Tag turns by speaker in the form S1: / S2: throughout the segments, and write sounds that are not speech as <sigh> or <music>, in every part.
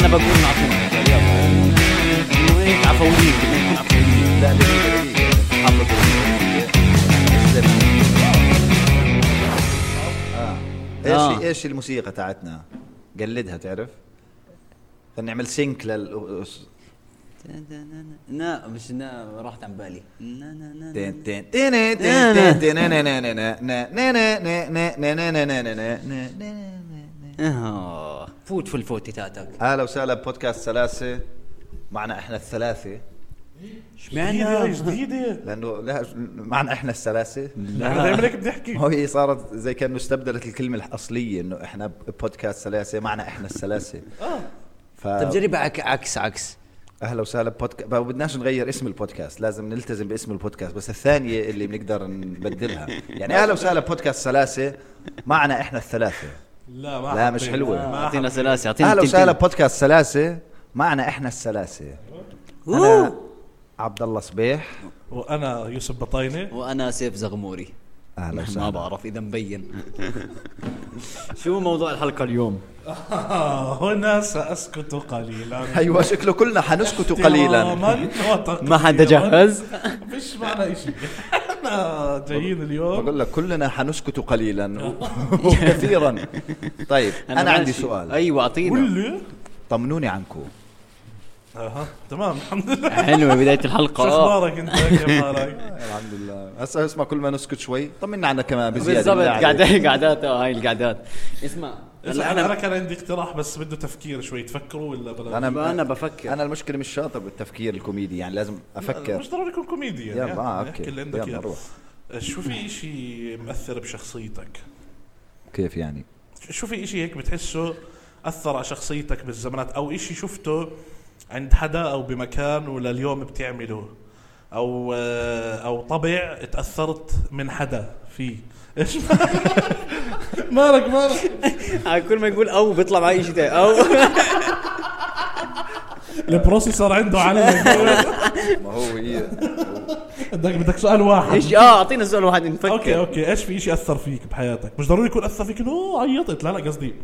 S1: انا بقول معصومه يلا عفويين عفويين لا
S2: ايش
S1: آه.
S2: ايش الموسيقى تاعتنا؟ قلدها تعرف؟ خلينا نعمل سينك لل
S1: نا مش نا راحت عن بالي نا نا نا نا.
S2: تن- تن- تن- تن- تن- تن- نا- نا- نا- نا- نا- نا- نا- نا- نا- نا- نا- نا- نا- نا- نا- نا- نا- نا.
S1: آه. فوت في الفوت تاتك
S2: اهلا وسهلا ببودكاست سلاسه معنا احنا الثلاثه
S1: اشمعنى
S3: جديدة
S2: لانه لا معنا احنا الثلاثه
S3: احنا دايما هيك بنحكي
S2: هو هي صارت زي كانه استبدلت الكلمه الاصليه انه احنا بودكاست سلاسه معنا احنا السلاسه
S3: اه
S2: ف
S1: طب جرب طيب، عك- عكس عكس
S2: اهلا وسهلا ببودكاست ما بدناش نغير اسم البودكاست لازم نلتزم باسم البودكاست بس الثانيه اللي بنقدر نبدلها يعني اهلا وسهلا ببودكاست سلاسه معنا احنا الثلاثه
S3: لا ما
S2: لا، مش
S3: حطيت.
S2: حلوة.
S3: ما
S1: اعطينا
S3: حطيت.
S1: سلاسه اعطينا
S2: اهلا
S1: تنتين.
S2: وسهلا ببودكاست سلاسه معنا احنا السلاسه انا
S1: أوه.
S2: عبد الله صبيح
S3: وانا يوسف بطاينه
S1: وانا سيف زغموري
S2: اهلا
S1: ما
S2: وسهلا
S1: بعرف اذا مبين شو موضوع الحلقه اليوم
S3: آه، <laughs> هنا ساسكت قليلا
S2: ايوه شكله كلنا حنسكت قليلا
S3: احتراما وتقديراً.
S1: ما حدا جهز
S3: <laughs> مش معنا <laughs> شيء احنا جايين اليوم
S2: بقول لك كلنا حنسكت
S1: <laughs>
S2: قليلا وكثيرا طيب انا عندي
S1: ماشي.
S2: سؤال
S1: ايوه اعطينا
S3: كله
S2: طمنوني عنكم
S3: اها تمام الحمد لله
S1: حلوه بدايه الحلقه
S3: شو
S1: آه.
S3: اخبارك انت كيف
S2: <laughs>
S3: حالك؟
S2: الحمد لله هسه اسمع كل ما نسكت شوي طمنا عنا كمان بزياده
S1: بالضبط
S2: بالله عليك.
S1: قعدات قعدات آه، هاي القعدات اسمع هلا
S3: انا انا
S1: انا
S3: كان عندي اقتراح بس بده تفكير شوي تفكروا ولا بلا
S2: انا
S1: أنا بفكر.
S2: انا المشكله مش شاطر بالتفكير الكوميدي يعني لازم افكر
S3: مش ضروري يكون كوميدي يعني
S2: يلا، آه،
S3: احكي
S2: أوكي.
S3: اللي عندك
S2: يلا،
S3: إياه.
S2: روح.
S3: شو في شيء مأثر بشخصيتك؟
S2: كيف يعني
S3: شو في اشي هيك بتحسه اثر على شخصيتك بالزمانات او اشي شفته عند حدا او بمكان ولليوم بتعمله او آه، او طبع تاثرت من حدا فيه ايش <laughs> مالك مالك
S1: آه، كل ما يقول او بيطلع معي شيء تاني. <laughs> او
S3: البروسيسور عنده علم <laughs>
S2: ما هو <laughs> هي
S3: بدك بدك سؤال واحد
S1: ايش اه اعطينا سؤال واحد نفكر
S3: اوكي اوكي ايش في اشي اثر فيك بحياتك مش ضروري يكون اثر فيك انه عيطت لا لا قصدي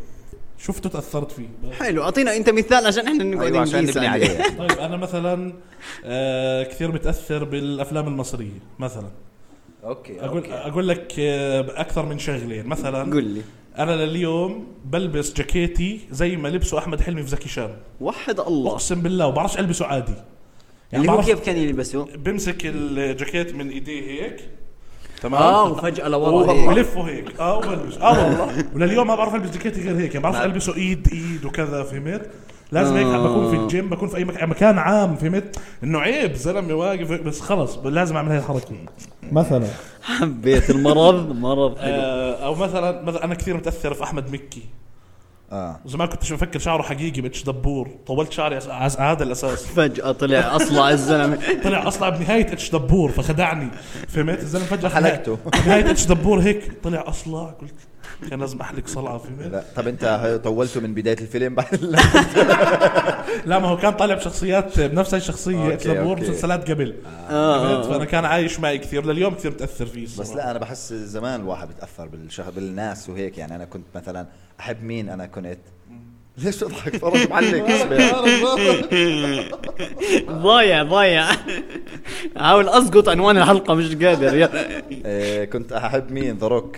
S3: شفته تاثرت فيه
S1: حلو اعطينا انت مثال أيوة، عشان احنا نقعد
S2: ايوه عشان
S1: نقيس
S2: نبني
S1: عليه
S2: <laughs> عليه
S3: طيب انا مثلا آه كثير متاثر بالافلام المصريه مثلا
S2: اوكي
S3: اقول
S2: اوكي
S3: اقول لك آه، اكثر من شغله مثلا
S1: قول لي
S3: انا لليوم بلبس جاكيتي زي ما لبسه احمد حلمي في زكي شان
S1: وحد الله
S3: اقسم بالله وبعرفش البسه عادي يعني
S1: اللي هو
S3: بعرف-
S1: يعني كيف كان يلبسه؟
S3: بمسك الجاكيت من ايديه هيك تمام
S1: اه وفجاه لورا <laughs>
S3: و-
S1: هيك.
S3: ولفه هيك اه وبلبس اه والله ولليوم ما بعرف البس جاكيتي غير هيك يعني بعرف البسه ايد ايد وكذا فهمت لازم هيك
S1: نعم. آه.
S3: بكون في الجيم بكون في اي مك- مكان عام فهمت انه عيب زلمه واقف هيك، بس خلص لازم اعمل هاي الحركه مثلا
S1: حبيت المرض مرض حلو
S3: آه، او مثلا مثلا انا كثير متاثر في احمد مكي
S2: اه
S3: زمان كنتش مفكر شعره حقيقي بتش دبور طولت شعري أس- على هذا الاساس
S1: فجاه طلع اصلع الزلمه
S3: طلع اصلا بنهايه اتش دبور فخدعني فهمت الزلمه فجاه في
S2: حلقته.
S3: نهاية- نهايه اتش دبور هيك طلع اصلا قلت كان لازم احلق صلعه فهمت
S2: لا طب انت هي- طولته من بدايه الفيلم <laughs> بعد لا.
S3: لا ما هو كان طالع بشخصيات بنفس الشخصيه
S2: أوكي،
S3: اتش دبور
S2: أوكي. آه.
S3: مسلسلات قبل فهمت؟
S1: اه
S3: فانا كان عايش معي كثير لليوم كثير متاثر فيه
S2: بس
S3: الصراحة.
S2: لا انا بحس زمان الواحد بتاثر بالشهر بالناس وهيك يعني انا كنت مثلا احب مين انا كنت <laughs> ليش تضحك فرج معلق اصبر.
S3: <laughs>
S1: ضايع ضايع حاول اسقط عنوان الحلقه مش قادر يلا.
S2: آه، كنت احب مين ذا روك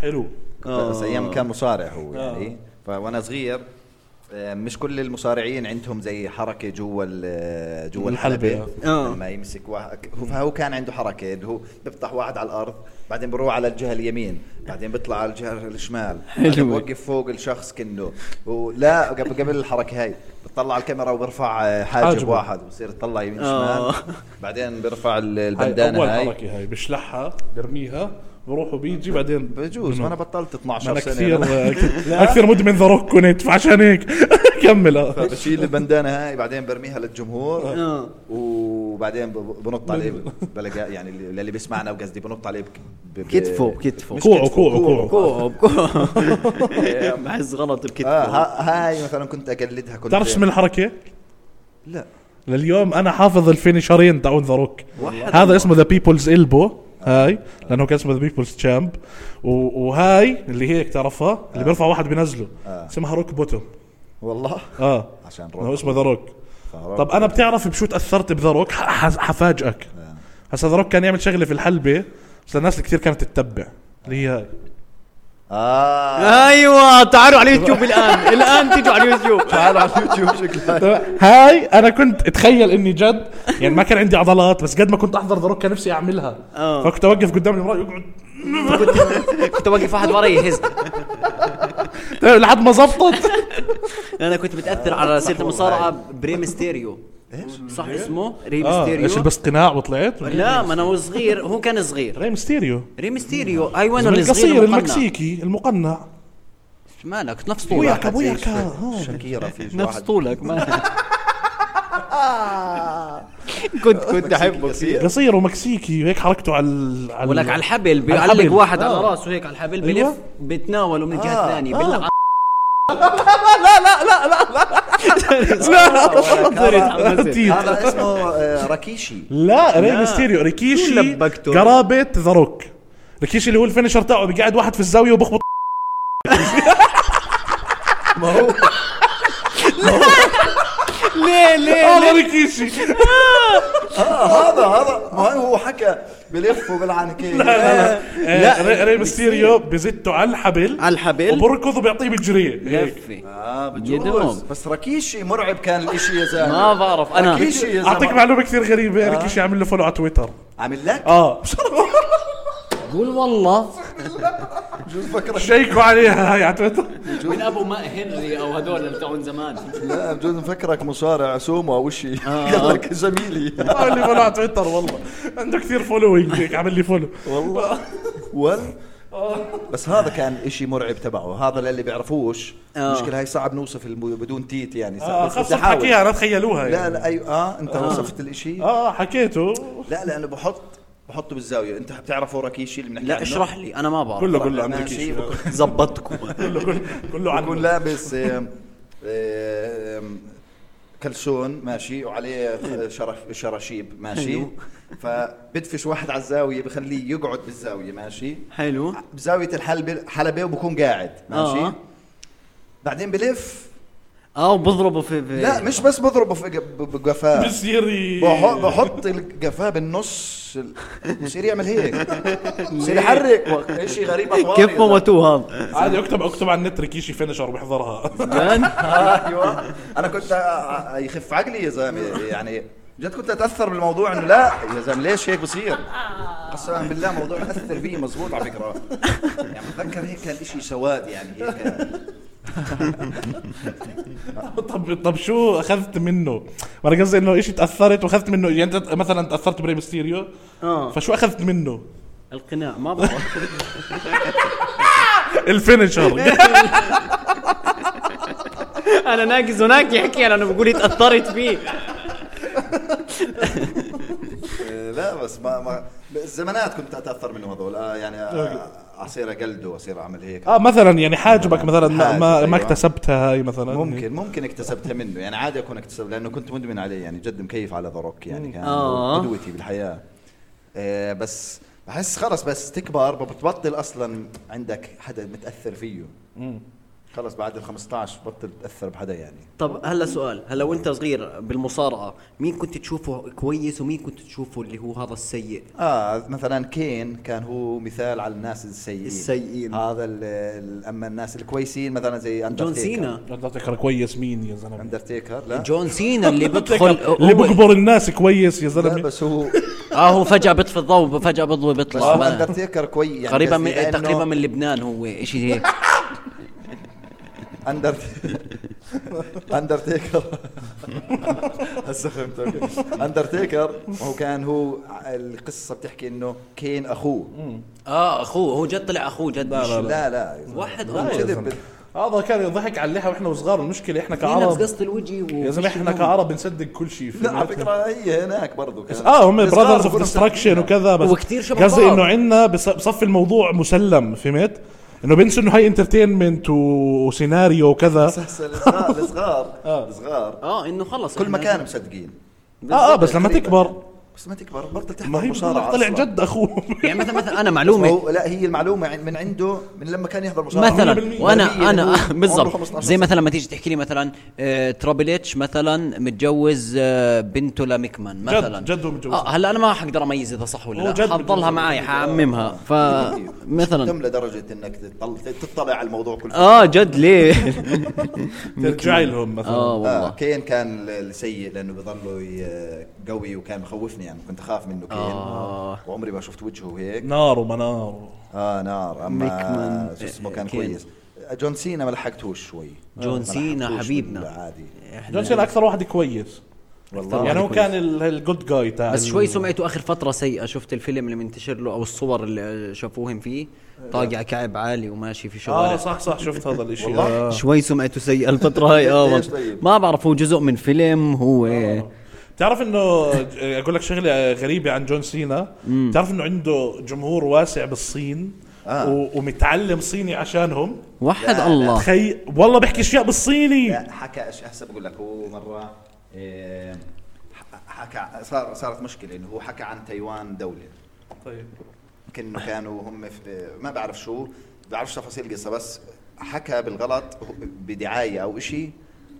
S3: حلو
S2: بس ايام كان مصارع هو
S3: آه.
S2: يعني فوانا صغير آه، مش كل المصارعين عندهم زي حركه جوا ال- جوا
S3: الحلبة.
S2: الحلبه
S1: آه.
S2: لما يمسك واحد هو- فهو كان عنده حركه اللي هو بيفتح واحد على الارض بعدين بروح على الجهه اليمين بعدين بيطلع على الجهه الشمال بعدين
S1: حلوة.
S2: بوقف فوق الشخص كنه ولا قبل قبل الحركه هاي بتطلع على الكاميرا وبرفع آه، حاجب
S3: حاجبه.
S2: واحد بصير يطلع يمين
S1: آه.
S2: شمال بعدين بيرفع ال-
S3: هاي
S2: البندانه
S3: اول
S2: هاي
S3: حركه هاي بشلحها برميها بروح وبيجي بعدين
S2: بجوز ما انا بطلت
S3: ما
S2: 12
S3: انا
S2: سنه
S3: <laughs> كثير اكثر مدمن ذا روك كنت فعشان هيك <laughs> كمل آه.
S2: بشيل البندانه هاي بعدين برميها للجمهور
S1: آه.
S2: وبعدين ب- بنط عليه ب- بلقى يعني اللي اللي بيسمعنا وقصدي بنط عليه بك- ب- ب-
S1: كتفه كتفه
S2: مش
S3: كوعه
S2: كتفه،
S3: كوعه كوعه
S1: كوب <laughs> كوب بحس غلط
S2: اه
S1: الكتف
S2: ها- هاي مثلا كنت اقلدها كنت يعني.
S3: بتعرف شو اسم الحركه؟
S2: لا
S3: لليوم انا حافظ الفينيشرين تاعون ذا روك
S1: واحد
S3: هذا اسمه ذا بيبلز البو هاي لانه كان اسمه ذا بيبلز تشامب وهاي اللي هيك تعرفها اللي بيرفع واحد بنزله اسمها روك بوتوم
S2: والله
S3: اه
S2: عشان
S3: هو
S2: روك
S3: اسمه ذا روك
S2: فروك.
S3: طب انا بتعرف بشو تاثرت بذا روك ح- ح- حفاجئك هسا ذا روك كان يعمل شغله في الحلبه بس الناس كثير كانت تتبع اللي هي هاي
S2: اه
S4: <laughs> ايوه تعالوا على اليوتيوب الان الان تيجوا على اليوتيوب
S2: تعالوا على اليوتيوب شكلها
S3: هاي انا كنت اتخيل اني جد يعني ما كان عندي عضلات بس قد ما كنت احضر ذا روك كان نفسي اعملها
S4: آه.
S3: فكنت اوقف قدام المراه يقعد <laughs>
S4: كنت واقف واحد ورا يهز
S3: لحد ما
S4: آه،
S3: زبطت
S4: انا كنت متاثر على سيره المصارعه بريم ستيريو صح اسمه ريم
S3: اه ايش
S4: ستيريو
S3: بس قناع وطلعت
S4: لا ما انا وصغير هو كان صغير
S3: ريم ستيريو
S4: ريم ستيريو اي وين
S3: القصير
S4: الصغير المكسيك
S3: المكسيكي المقنع
S4: مالك نفس
S3: وياك آه.
S4: طولك
S3: أبو ياك.
S2: شاكيرا في
S4: نفس
S2: واحد
S4: طولك ما كنت كنت احبه
S2: كثير
S3: قصير ومكسيكي وهيك حركته على ال- على
S4: ولك على
S3: <laughs> ال-
S4: الحبل
S3: على الحبل.
S4: بيعلق واحد على
S3: آه.
S4: راسه هيك على الحبل
S3: أيوة.
S4: بلف بتناوله من الجهه الثانيه بلف
S3: <laughs> تيت.
S2: هذا اسمه آه، راكيشي
S3: لا ريم ستيريو ريكيشي
S4: شو لبكته؟
S3: قرابه ذا روك ريكيشي اللي هو الفينشر تاعه بيقعد واحد في الزاويه وبخبط <laughs>
S2: ما هو
S4: ليه ليه
S3: هذا آه، ريكيشي
S2: هذا هذا ما هو حكى بلف وبالعنكي
S4: لا،
S3: لا ريم ستيريو بزته على الحبل
S4: <laughs> على الحبل
S3: وبركض وبيعطيه بالجريه هيك.
S4: لفه
S2: اه بجوز
S4: يدوم.
S2: بس راكيشي مرعب كان الاشي يا زلمه
S4: ما بعرف أنا.
S2: راكيشي يا
S3: اعطيك
S2: زلمه
S3: معلومه كثير غريبه
S4: آه.
S3: ريكيشي عامل له فولو على تويتر
S2: عامل لك
S3: اه
S4: قول والله
S2: بجوز
S3: <laughs>
S2: فكرك
S3: شيكوا عليها هاي على تويتر
S4: من ابو ماء هنري او هذول اللي بتاعون زمان
S2: لا بجوز مفكرك مصارع سومو او شيء <laughs> قال لك
S3: <laughs>
S2: زميلي
S3: عامل لي فولو على تويتر والله عنده كثير فولوينج هيك عامل لي فولو
S2: والله ول بس هذا كان اشي مرعب تبعه هذا للي بيعرفوش
S4: آه.
S2: المشكله هي صعب نوصف الم- بدون تيت يعني صعب
S3: آه
S2: بس
S3: خلص
S2: بدي أحاول.
S3: حكيها انا تخيلوها يعني.
S2: لا لا اي اه انت وصفت الاشي
S3: اه حكيته
S2: لا لانه بحط بحطه بالزاويه انت بتعرفه راكيشي اللي بنحكي
S4: لا
S2: عنه؟
S4: اشرح لي انا ما بعرف
S3: كله كله عن
S2: أنا
S3: ريكيشي
S2: شيء بكون-
S4: زبطكم
S3: كله كله كله عن
S2: بكون لابس آم، آم، كلسون ماشي وعليه شرف شراشيب ماشي
S4: حلو.
S2: فبدفش واحد على الزاويه بخليه يقعد بالزاويه ماشي
S4: <laughs> حلو
S2: بزاويه الحلبه حلبه وبكون قاعد ماشي
S4: آه.
S2: بعدين بلف
S4: اه وبضربه في في-
S2: لا مش بس بضربه في ق- ب- بقفاه
S3: بصير
S2: بح- بحط القفاه بالنص ال- بصير يعمل هيك
S4: <laughs>
S2: بصير يحرك شيء غريب يعني. أطواري.
S4: كيف موتوه هذا
S3: عادي اكتب اكتب على النت ريكيشي فينشر بحضرها
S4: جان؟
S2: ايوه <laughs> انا كنت أ- أ- يخف عقلي يا زلمه يعني جد كنت اتاثر بالموضوع انه لا يا زلمه ليش هيك بصير؟ قسما بالله موضوع اثر فيه مزبوط على فكره يعني بتذكر هيك كان شيء سواد يعني هيك
S3: طب طب شو اخذت منه؟ ما انا قصدي انه ايش تاثرت واخذت منه يعني انت مثلا تاثرت بريم ستيريو
S2: آه.
S4: اه
S3: فشو اخذت منه؟
S4: <laughs>
S3: <laughs>
S4: القناع ما بعرف <laughs>
S2: <laughs>
S3: الفينشر
S4: انا ناقص هناك يحكي انا بقول اتاثرت فيه
S2: آه، لا بس ما ما الزمانات كنت اتاثر منهم هذول آه، يعني آه، اصير اقلده اصير اعمل هيك
S3: اه مثلا يعني حاجبك مثلا ما
S2: حاجب،
S3: ما, ما
S2: أيوة.
S3: اكتسبتها هاي مثلا
S2: ممكن ممكن اكتسبتها منه يعني عادي اكون اكتسب لانه كنت مدمن عليه يعني جد مكيف على ذا روك يعني كان
S4: آه.
S2: قدوتي بالحياه آه بس بحس خلص بس تكبر بتبطل اصلا عندك حدا متاثر فيه خلص بعد ال 15 بطل تتاثر بحدا يعني
S4: طب هلا سؤال هلا وانت صغير بالمصارعه مين كنت تشوفه كويس ومين كنت تشوفه اللي هو هذا السيء
S2: اه مثلا كين كان هو مثال على الناس السيئين
S4: السيئين.
S2: هذا ال- ال- اما الناس الكويسين مثلا زي
S4: جون
S2: أندرتيكر.
S4: سينا
S3: اندرتيكر كويس مين يا
S2: يعني
S3: زلمه؟
S2: اندرتيكر لا
S4: جون سينا <laughs> اللي بدخل
S3: اللي بقبر الناس كويس يا
S2: لا
S3: زلمه
S2: بس هو
S4: اه هو فجاه بيطفي الضوء فجاه بضوي
S2: بس
S4: بيطلع
S2: هو
S4: ما-
S2: اندرتيكر كويس يعني
S4: قريبا
S2: قصدي
S4: من
S2: لأنه
S4: تقريبا من لبنان هو شيء <laughs> هيك
S2: اندر
S3: <laughs>
S2: اندرتيكر هسه فهمت <laughs> أوكي. اندرتيكر هو كان هو القصه بتحكي انه كين اخوه
S4: اه اخوه هو جد طلع اخوه جد مش-
S2: لا لا
S4: واحد
S2: هو
S4: أول.
S2: كذب
S3: هذا كان يضحك على اللحى واحنا صغار المشكله احنا
S4: في نفس
S3: كعرب
S4: قصة الوجه و-
S3: يا زلمه احنا كعرب بنصدق كل شيء
S2: <laughs> لا على فكره هي هناك برضه كانت.
S3: اه هم
S2: صغار
S3: براذرز اوف
S2: كنا
S3: ديستركشن وكذا بس
S4: آه، وكتير شبه
S3: قصدي
S4: بعض.
S3: انه عندنا بصفي الموضوع مسلم فهمت؟ انه بينسوا انه هاي انترتينمنت وسيناريو وكذا
S2: هسه الصغار
S3: آه.
S2: الصغار الصغار
S4: اه انه خلص
S2: كل
S4: إحنا-
S2: مكان مصدقين
S3: اه اه بس آه، لما تكبر
S2: بس ما تكبر برضه تحت
S3: ما هي
S2: المصارعه
S3: طلع
S2: أصلاً.
S3: جد <laughs> اخوه
S4: يعني مثلا مثلا انا معلومه
S2: هو لا هي المعلومه عن- من عنده من لما كان يحضر مصارعه
S4: مثلا
S3: 100%
S4: وانا انا آه، بالضبط زي
S2: زي ما
S4: مثلا ما تيجي تحكي لي مثلا آه، ترابل اتش مثلا متجوز آه، بنته لميكمان مثلا
S3: جد هو متجوز.
S4: آه، هلا انا ما حقدر اميز اذا صح ولا
S3: هو جد
S4: لا حضلها
S3: متجوز.
S4: معي
S3: <laughs>
S4: حعممها <laughs> فمثلا
S2: تم لدرجه انك تطل- تطلع على الموضوع كله
S4: اه جد
S3: <laughs>
S4: ليه
S3: ترجع لهم
S4: اه
S3: مثلا
S2: آه
S4: والله
S2: كين كان السيء لانه بضله ي- قوي وكان مخوفني يعني كنت اخاف منه كين
S4: آه.
S2: وعمري ما شفت وجهه هيك
S3: نار ومنار
S2: اه نار
S4: ميكمان.
S2: اما شو اسمه كان
S4: كين.
S2: كويس جون سينا ما لحقتهوش شوي آه،
S4: جون
S2: ما
S4: سينا
S2: لحقتهوش
S4: حبيبنا.
S2: عادي
S3: جون سينا اكثر واحد كويس
S2: والله
S3: يعني هو
S4: كويس.
S3: كان الجود جاي تاع
S4: بس
S3: ال-
S4: شوي سمعته اخر فتره سيئه شفت الفيلم اللي منتشر له او الصور اللي شافوهم فيه
S3: آه.
S4: طاقع كعب عالي وماشي في
S3: اه
S4: شوارع
S3: صح صح شفت هذا الاشي
S2: والله؟
S3: آه.
S4: شوي سمعته سيئه الفتره هاي
S2: <laughs>
S4: اه
S2: ليش
S4: والله.
S2: طيب؟ آه.
S4: ما بعرف هو جزء من فيلم هو
S3: تعرف <laughs> انه اقول لك شغله غريبه عن جون سينا تعرف انه عنده جمهور واسع بالصين
S2: آه.
S3: و- ومتعلم صيني عشانهم
S4: وحد
S2: لا،
S4: الله
S3: تخيل والله بحكي اشياء بالصيني
S2: لا حكى ايش هسه بقول لك هو مره إيه، ح- حكى صار صارت مشكله انه هو حكى عن تايوان دوله
S3: طيب
S2: كانه كانوا هم في ما بعرف شو بعرفش تفاصيل القصه بس حكى بالغلط بدعايه او إشي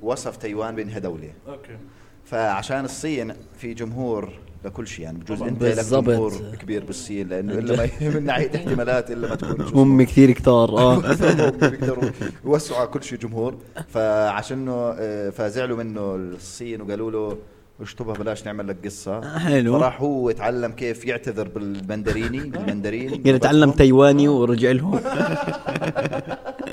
S2: وصف تايوان بانها دوله
S3: اوكي
S2: فعشان الصين في جمهور لكل شيء يعني بجوز انت لك
S4: بالضبط.
S2: جمهور كبير بالصين لانه الا ما <laughs> من ناحيه احتمالات الا ما
S4: <laughs>
S2: تكون شو اسمه.
S4: هم كثير كتار
S2: <laughs>
S4: اه
S2: هم بيقدروا يوسعوا على كل شيء جمهور فعشانه آه، فزعلوا منه الصين وقالوا له اشطبها بلاش نعمل لك قصه
S4: حلو.
S2: فراح هو اتعلم كيف يعتذر بالمندريني بالمندرين
S4: قال يعني اتعلم تايواني ورجع لهم
S2: <laughs>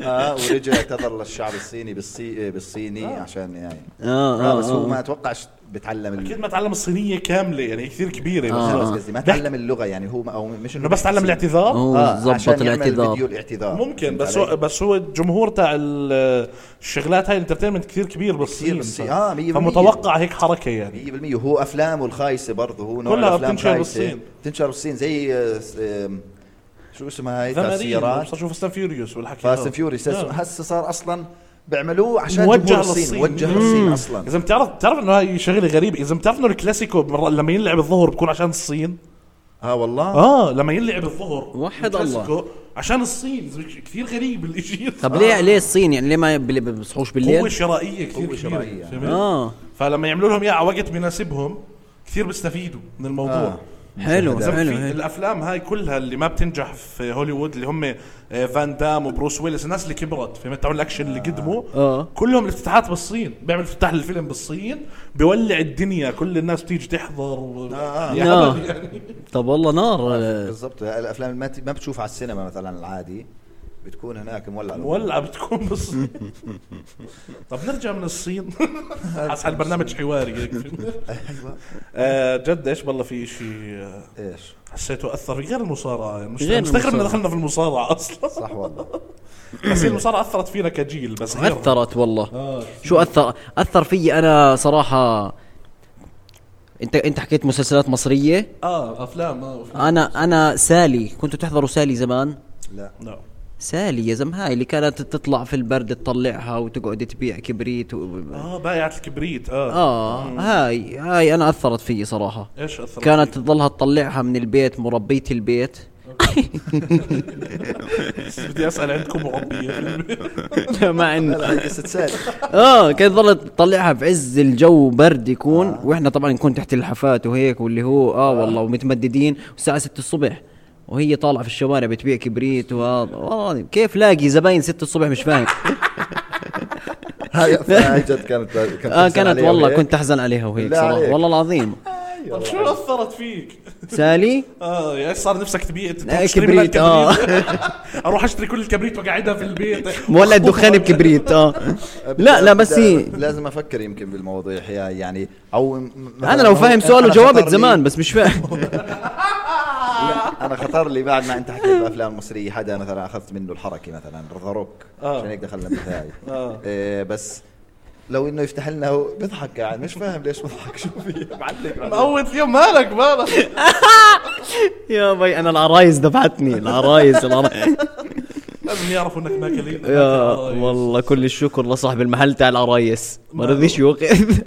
S2: اه ورجع اعتذر للشعب الصيني بالصي... آه، بالصيني عشان يعني
S4: آه،
S2: آه، بس
S4: آه.
S2: هو ما اتوقعش بتعلم ال-
S3: اكيد ما تعلم الصينيه كامله يعني هي كثير كبيره
S4: آه.
S2: خلاص
S3: بس
S2: قصدي ما
S3: بحكي-
S2: تعلم اللغه يعني هو ما او مش
S3: انه بس تعلم الاعتذار
S4: هو
S2: اه
S4: ظبط
S2: عشان يعمل فيديو
S4: الاعتذار
S2: الاعتذار
S3: ممكن
S2: فهمت
S3: بس
S2: علي؟
S3: هو بس هو الجمهور تاع ال- الشغلات هاي الانترتينمنت كثير كبير بالصين
S2: بالصين.
S3: ف-
S2: آه، 100%
S3: فمتوقع هيك حركه يعني
S2: 100% هو افلامه الخايسه برضه هو نوع
S3: كلها
S2: الافلام
S3: بتنشر
S2: خايسه
S3: بالصين.
S2: بتنشر بالصين زي آه، س- آم، شو اسمها هاي تاع
S3: ثمانية
S2: السيارات
S3: صار شو فاست اند فيوريوس والحكي
S2: فاست
S3: هذا.
S2: اند فيوريس
S3: آه.
S2: هسه صار اصلا بيعملوه عشان
S3: موجه
S2: جمهور الصين
S3: للصين.
S2: موجه
S3: مم.
S2: للصين اصلا
S3: اذا بتعرف بتعرف انه هاي شغله غريبه اذا بتعرف انه الكلاسيكو بمر- لما ينلعب الظهر بكون عشان الصين
S2: اه والله
S3: اه لما ينلعب الظهر
S4: وحد
S3: الكلاسيكو عشان الصين كثير غريب الاشي
S4: طب ليه ليه الصين يعني ليه ما بل- بيصحوش
S3: قوه
S4: بالليل
S3: شرائيه كثير
S2: قوة
S3: قوة
S2: شرائية.
S3: شرائية فهمت؟
S4: اه
S3: فلما يعملوا لهم اياها على وقت بيناسبهم كثير بيستفيدوا من الموضوع
S2: آه.
S4: حلو
S3: إذا
S4: حلو
S3: في
S4: حلو.
S3: الافلام هاي كلها اللي ما بتنجح في هوليوود اللي هم آه، فان دام وبروس ويلس الناس اللي كبرت فهمت تعمل الاكشن اللي قدموا
S4: آه.
S3: كلهم الافتتاحات بالصين بيعمل افتتاح للفيلم بالصين بيولع الدنيا كل الناس بتيجي تحضر و...
S2: آه.
S3: يا
S4: آه.
S3: هبل <laughs> يعني
S4: طب والله نار آه،
S2: بالضبط الافلام اللي ما ت- ما بتشوفها على السينما مثلا العادي بتكون هناك مولع
S3: مولعه بتكون بالصين طب نرجع من الصين حس على البرنامج حواري هيك. آه، جد ايش والله في شيء
S2: ايش
S3: حسيته اثر في غير المصارعه يعني مش
S4: غير
S3: مستغرب إننا
S4: المصارعة.
S3: دخلنا في المصارعه اصلا
S2: صح والله
S3: بس هي المصارعه اثرت فينا كجيل بس غير
S4: اثرت والله
S2: آه،
S3: اه
S4: شو اثر اثر فيي انا صراحه انت انت حكيت مسلسلات مصريه
S3: اه افلام اه أفلام.
S4: انا انا سالي كنتوا تحضروا سالي زمان <laughs>
S2: لا
S3: لا
S4: سالي يا زلمه هاي اللي كانت تطلع في البرد تطلعها وتقعد تبيع كبريت و...
S3: اه بايعة الكبريت اه
S4: اه هاي هاي انا اثرت فيي صراحه
S3: ايش اثر
S4: كانت
S3: <laughs>
S4: تضلها تطلعها من البيت مربيه
S2: <laughs>
S4: البيت
S3: فيك؟ بدي اسال عندكم مربيه
S4: <laughs> مع ان
S2: لا هي قصه سالي
S4: <laughs> اه كانت ظلت تطلعها في عز الجو برد يكون
S2: آه.
S4: واحنا طبعا نكون تحت الحفات وهيك واللي هو اه والله ومتمددين والساعه 6 الصبح وهي طالعه في الشوارع بتبيع كبريت وهذا والله العظيم، كيف لاقي زباين 6 الصبح مش
S2: <laughs>
S4: فاهم
S2: هاي هاي جد كانت كانت
S4: اه
S2: تحزن
S4: كانت
S2: عليها
S4: والله
S2: وهيك.
S4: كنت احزن عليها وهيك
S2: بالله
S4: صراحه
S2: عليك.
S4: والله العظيم
S3: طب شو اثرت فيك؟
S2: <laughs>
S4: سالي
S3: اه يعني ايش صار نفسك تبيع
S4: لا،
S3: تشتري منها
S4: كبريت،
S3: <laughs>
S4: آه.
S3: الكبريت؟ اروح اشتري كل الكبريت واقعدها في البيت
S4: مولع
S3: <laughs>
S4: دخان بكبريت اه لا لا بس هي
S2: لازم افكر يمكن بالمواضيع هي- يعني او م- مثلاً
S4: انا لو فاهم
S2: أنا
S4: سؤال وجاوبت
S2: <laughs> خطر لي-
S4: زمان بس مش فاهم <laughs>
S2: لا انا خطر لي بعد ما انت حكيت الافلام المصريه حدا مثلا اخذت منه الحركه مثلا ذا روك
S3: آه.
S2: عشان هيك
S4: <laughs>
S2: دخلنا بالهاي
S3: آه.
S2: إيه بس لو انه يفتح لنا هو بيضحك قاعد مش فاهم ليش بضحك شو في
S4: <laughs>
S2: معلق معلق.
S3: مقوت يوم مالك مالك
S4: يا بي انا العرايس دفعتني العرايس العرايس
S3: لازم يعرفوا انك ما كليت
S4: يا والله كل الشكر لصاحب المحل تاع العرايس ما رضيش يوقف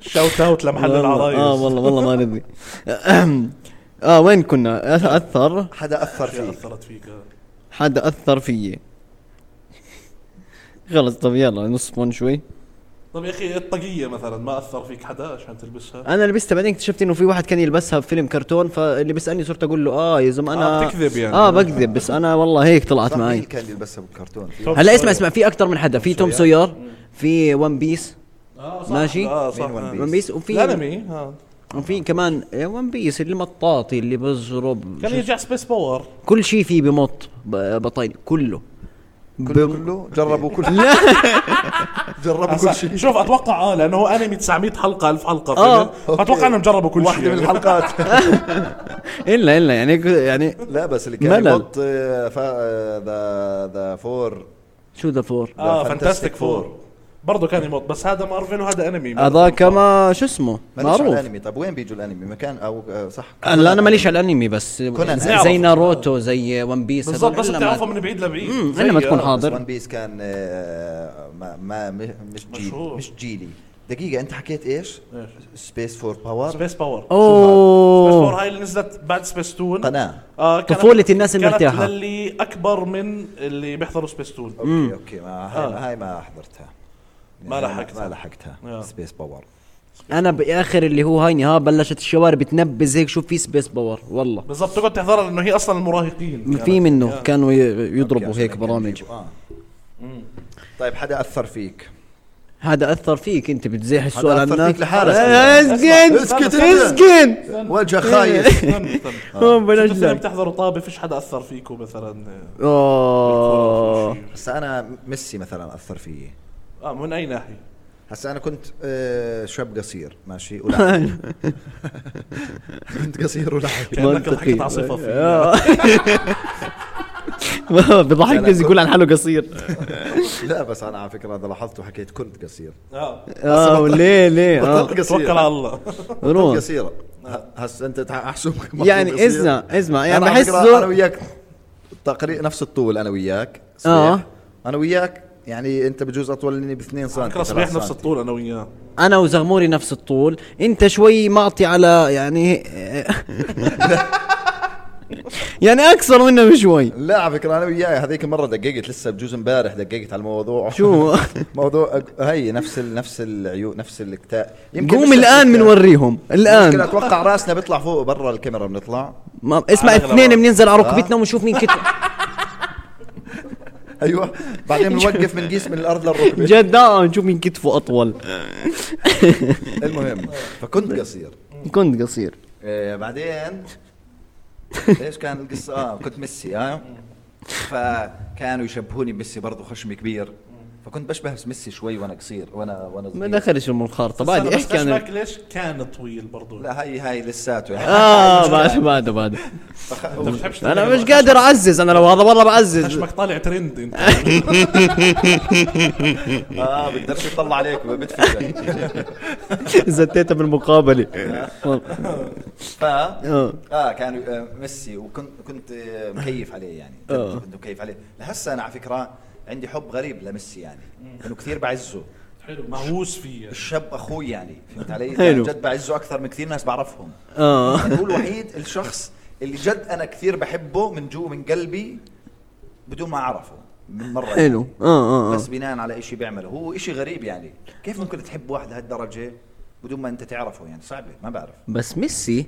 S3: شوت اوت لمحل
S4: والله-
S3: العرايس
S4: اه والله والله ما ندري اه وين كنا أث- اثر
S2: حدا اثر
S3: أشياء
S2: فيك
S3: اثرت فيك آه.
S4: حدا اثر فيي خلص طب يلا نص بون شوي
S3: طب طيب يا اخي الطاقيه مثلا ما اثر فيك حدا عشان تلبسها
S4: انا لبستها بعدين اكتشفت انه في واحد كان يلبسها بفيلم كرتون فاللي بيسالني صرت اقول له اه يا زلمه انا
S3: آه، بتكذب يعني.
S4: اه بكذب بس انا والله هيك طلعت
S2: صح مين
S4: معي
S2: كان اللي يلبسها بالكرتون
S3: توم
S4: هلا اسمع
S3: سوير.
S4: اسمع في اكثر من حدا في توم
S2: سوير.
S4: سوير في ون بيس
S3: آه صح
S4: ماشي.
S3: اه صح
S2: مين ون
S3: آه.
S2: بيس؟
S4: ون بيس وفي
S3: الانمي آه.
S4: وفي كمان إيه، ون بيس اللي مطاطي اللي بزرب
S3: كان يرجع سبيس باور
S4: كل شيء فيه بمط ب- بطيني كله
S2: كله
S4: بم-
S2: كله جربوا
S3: <laughs>
S2: كل شيء <laughs> جربوا كل شيء
S3: أصلاً- شوف اتوقع اه لانه هو انمي 900 حلقه 1000 حلقه
S4: آه.
S3: فاهم؟ فاتوقع انهم جربوا كل شيء
S2: واحدة من
S3: يعني.
S2: الحلقات
S3: <laughs>
S4: الا الا يعني يعني
S2: لا بس اللي كان
S4: ملل.
S2: يحط آه، فا- ذا ذا فور
S4: شو ذا فور
S3: اه
S2: The
S3: فانتاستيك
S2: Fantastic
S3: فور برضه كان يموت بس هذا مارفل وهذا انمي
S4: هذاك ما شو اسمه
S2: ماليش على
S4: معروف
S2: الانمي طيب وين بيجوا الانمي مكان او آه، صح
S4: لا انا ماليش على الانمي بس
S2: كونان.
S4: زي-
S3: نعرف.
S4: زي ناروتو زي ون بيس
S3: بالضبط
S4: هذول
S3: بس
S4: إلا
S3: بتعرفه
S4: ما-
S3: من بعيد لبعيد
S4: مم،
S3: زي-
S4: إلا ما تكون
S3: آه.
S4: حاضر.
S2: ون بيس كان آه، ما ما م- مش جيل
S3: مشهور.
S2: مش جيلي دقيقة أنت حكيت إيش؟
S3: إيش؟
S2: سبيس فور باور
S3: سبيس باور سبيس باور
S4: اوه
S3: هاي اللي نزلت بعد سبيس تون
S2: قناة
S3: آه كانت-
S4: طفولة الناس
S3: كانت
S4: المرتاحة.
S3: للي اكبر من اللي بيحضروا سبيس تون
S2: أوكي أوكي ما هاي,
S3: آه.
S2: هاي ما حضرتها
S3: ما
S2: يعني
S3: لحقتها.
S2: ما لحقتها
S3: آه.
S2: سبيس باور
S4: انا باخر اللي هو هاي ها بلشت الشوارع بتنبز هيك شوف في سبيس باور والله
S3: بالضبط تقعد تحضرها لانه هي اصلا المراهقين كانت.
S4: في منه
S3: آه.
S4: كانوا ي- يضربوا
S2: أوكي، عشان
S4: هيك
S2: كان
S4: برامج
S2: بيجوا. آه. طيب حدا أثر فيك
S4: هذا اثر فيك انت بتزيح السؤال
S2: أثر
S4: عنك
S2: فيك لحالك.
S4: آه، اسكن
S2: اسكت
S4: اسكت
S2: انت.
S4: اسكت
S2: وجه
S3: <laughs>
S2: خايس
S3: استنى، استنى.
S4: <laughs> آه، بلاش
S3: شفتوا فيلم
S4: ذاك.
S3: تحضروا طابه فيش حدا اثر فيكم مثلا
S4: اوه
S2: بس أنا ميسي مثلا أثر فيي
S3: اه من اي ناحيه
S2: هسا انا كنت آه، شاب قصير
S4: <laughs>
S2: ماشي ولعب كنت قصير ولعب
S3: كانك
S4: منطقي.
S3: ضحكت عاصفه فيه
S4: آه. بضحك بس يقول عن حاله قصير
S2: <laughs> لا بس انا على فكره اذا لاحظت وحكيت كنت قصير
S3: اه
S4: اه ليه ليه اه
S2: بطلت
S3: توكل
S2: قصير
S3: على
S2: <laughs>
S3: الله
S2: بطلت
S4: روح
S2: قصيره ه- هسا انت تع- احسبك <laughs> مخلوق
S4: يعني
S2: قصير.
S4: اسمع اسمع يعني
S2: أنا على فكرة انا
S4: بحسه
S2: وياك تقريبا نفس الطول انا وياك صبيح.
S4: آه.
S2: انا وياك يعني انت بجوز اطول مني ب 2 سم
S3: فكره صبيح نفس الطول انا وياه
S4: انا وزغموري نفس الطول انت شوي معطي على يعني <laughs> يعني اكثر منه بشوي
S2: لا على فكره انا وياك هذيك المره دققت لسه بجوز امبارح دققت على الموضوع
S4: شو
S2: <laughs> موضوع أك- هي نفس ال... نفس العيوب نفس الاكتاء
S4: قوم الان بنوريهم
S2: الان
S4: الان
S2: اتوقع راسنا بيطلع فوق برا الكاميرا بنطلع
S4: ما اسمع
S3: على الأغلب.
S4: اثنين بننزل على ركبتنا ونشوف مين كتب
S2: ايوه بعدين بنوقف بنقيس من الارض
S4: <laughs>
S2: للركبه
S4: جد آه، نشوف مين كتفه اطول
S2: المهم فكنت قصير
S4: كنت قصير
S2: آه بعدين ايش كان القصه اه كنت ميسي اه فكانوا يشبهوني بميسي برضه خشمي كبير فكنت بشبه ميسي شوي وانا قصير وانا وانا
S4: ما
S2: صغير
S4: دخلش ام الخارطه
S3: بس أنا
S4: بعد
S3: بس
S4: احكي عن
S3: أشبك ليش كان طويل برضو
S2: لا هاي هاي لساته
S4: اه بعد بعد بعد
S3: انت بتحبش
S4: انا
S3: تتكلم.
S4: مش قادر اعزز انا لو هذا والله بعزز <laughs>
S3: خشمك طالع ترند انت <laughs>
S2: اه بقدرش يطلع عليك بدفي
S4: زتيتها بالمقابله
S2: ف
S4: آه.
S2: اه كان آه، ميسي وكنت كنت آه، مكيف عليه يعني
S4: آه.
S2: كنت مكيف عليه لهسه انا على فكره عندي حب غريب لميسي يعني انه كثير بعزه
S3: حلو مهووس فيه
S2: الشاب اخوي يعني فهمت علي؟
S4: حلو.
S2: أنا جد بعزه اكثر من كثير ناس بعرفهم
S4: اه
S2: أنا هو الوحيد الشخص اللي جد انا كثير بحبه من جوا من قلبي بدون ما اعرفه من مره
S4: حلو
S2: يعني.
S4: اه اه اه
S2: بس بناء على إشي بيعمله هو إشي غريب يعني كيف ممكن تحب واحد لهالدرجه بدون ما انت تعرفه يعني صعبه ما بعرف
S4: بس ميسي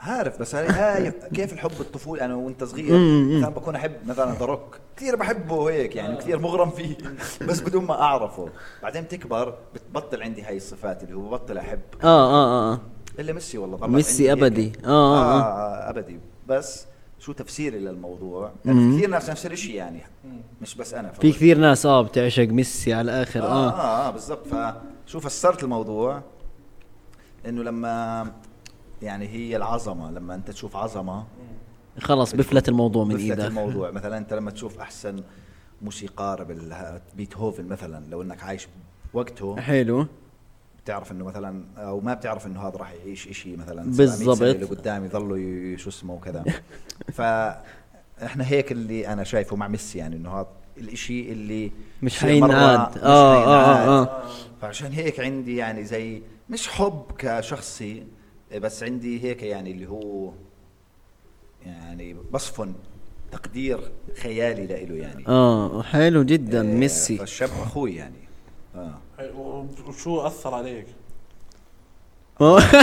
S2: عارف بس هاي,
S4: <laughs>
S2: هاي كيف الحب الطفولة انا وانت صغير مثلا بكون احب مثلا ذا روك كثير بحبه هيك يعني كثير مغرم
S4: <laughs>
S2: فيه بس بدون ما اعرفه بعدين تكبر بتبطل عندي هاي الصفات اللي هو ببطل احب
S4: اه اه اه
S2: الا ميسي والله طلع
S4: ميسي
S2: عندي هيك.
S4: أبدي. آه، آه، آه.
S2: آه ابدي بس شو تفسيري للموضوع يعني كثير ناس نفس الشيء يعني مش بس انا
S4: في كثير ناس اه بتعشق ميسي على الاخر
S2: اه
S4: اه
S2: اه, آه بالضبط فشو فسرت الموضوع انه لما يعني هي العظمه لما انت تشوف عظمه
S4: خلص بفلت الموضوع من
S2: مثلت
S4: ايدك
S2: الموضوع مثلا انت لما تشوف احسن موسيقار بال- بيتهوفن مثلا لو انك عايش وقته
S4: حلو
S2: إيه. بتعرف انه مثلا او ما بتعرف انه هذا راح يعيش إشي مثلا
S4: بالضبط.
S2: 700 سنة اللي قدام يضلوا ي- شو اسمه
S4: <laughs>
S2: وكذا ف احنا هيك اللي انا شايفه مع ميسي يعني انه هذا الاشي اللي
S4: مش
S2: بصير مرة
S4: حينعاد.
S2: مش
S4: آه، آه،
S2: حينعاد.
S4: آه،
S2: فعشان هيك عندي يعني زي مش حب كشخصي بس عندي هيك يعني اللي هو يعني بصفن تقدير خيالي لإله يعني
S4: اه حلو جدا
S2: آه،
S4: ميسي
S2: فالشاب اخوي يعني اه
S3: وشو اثر عليك؟
S4: <laughs>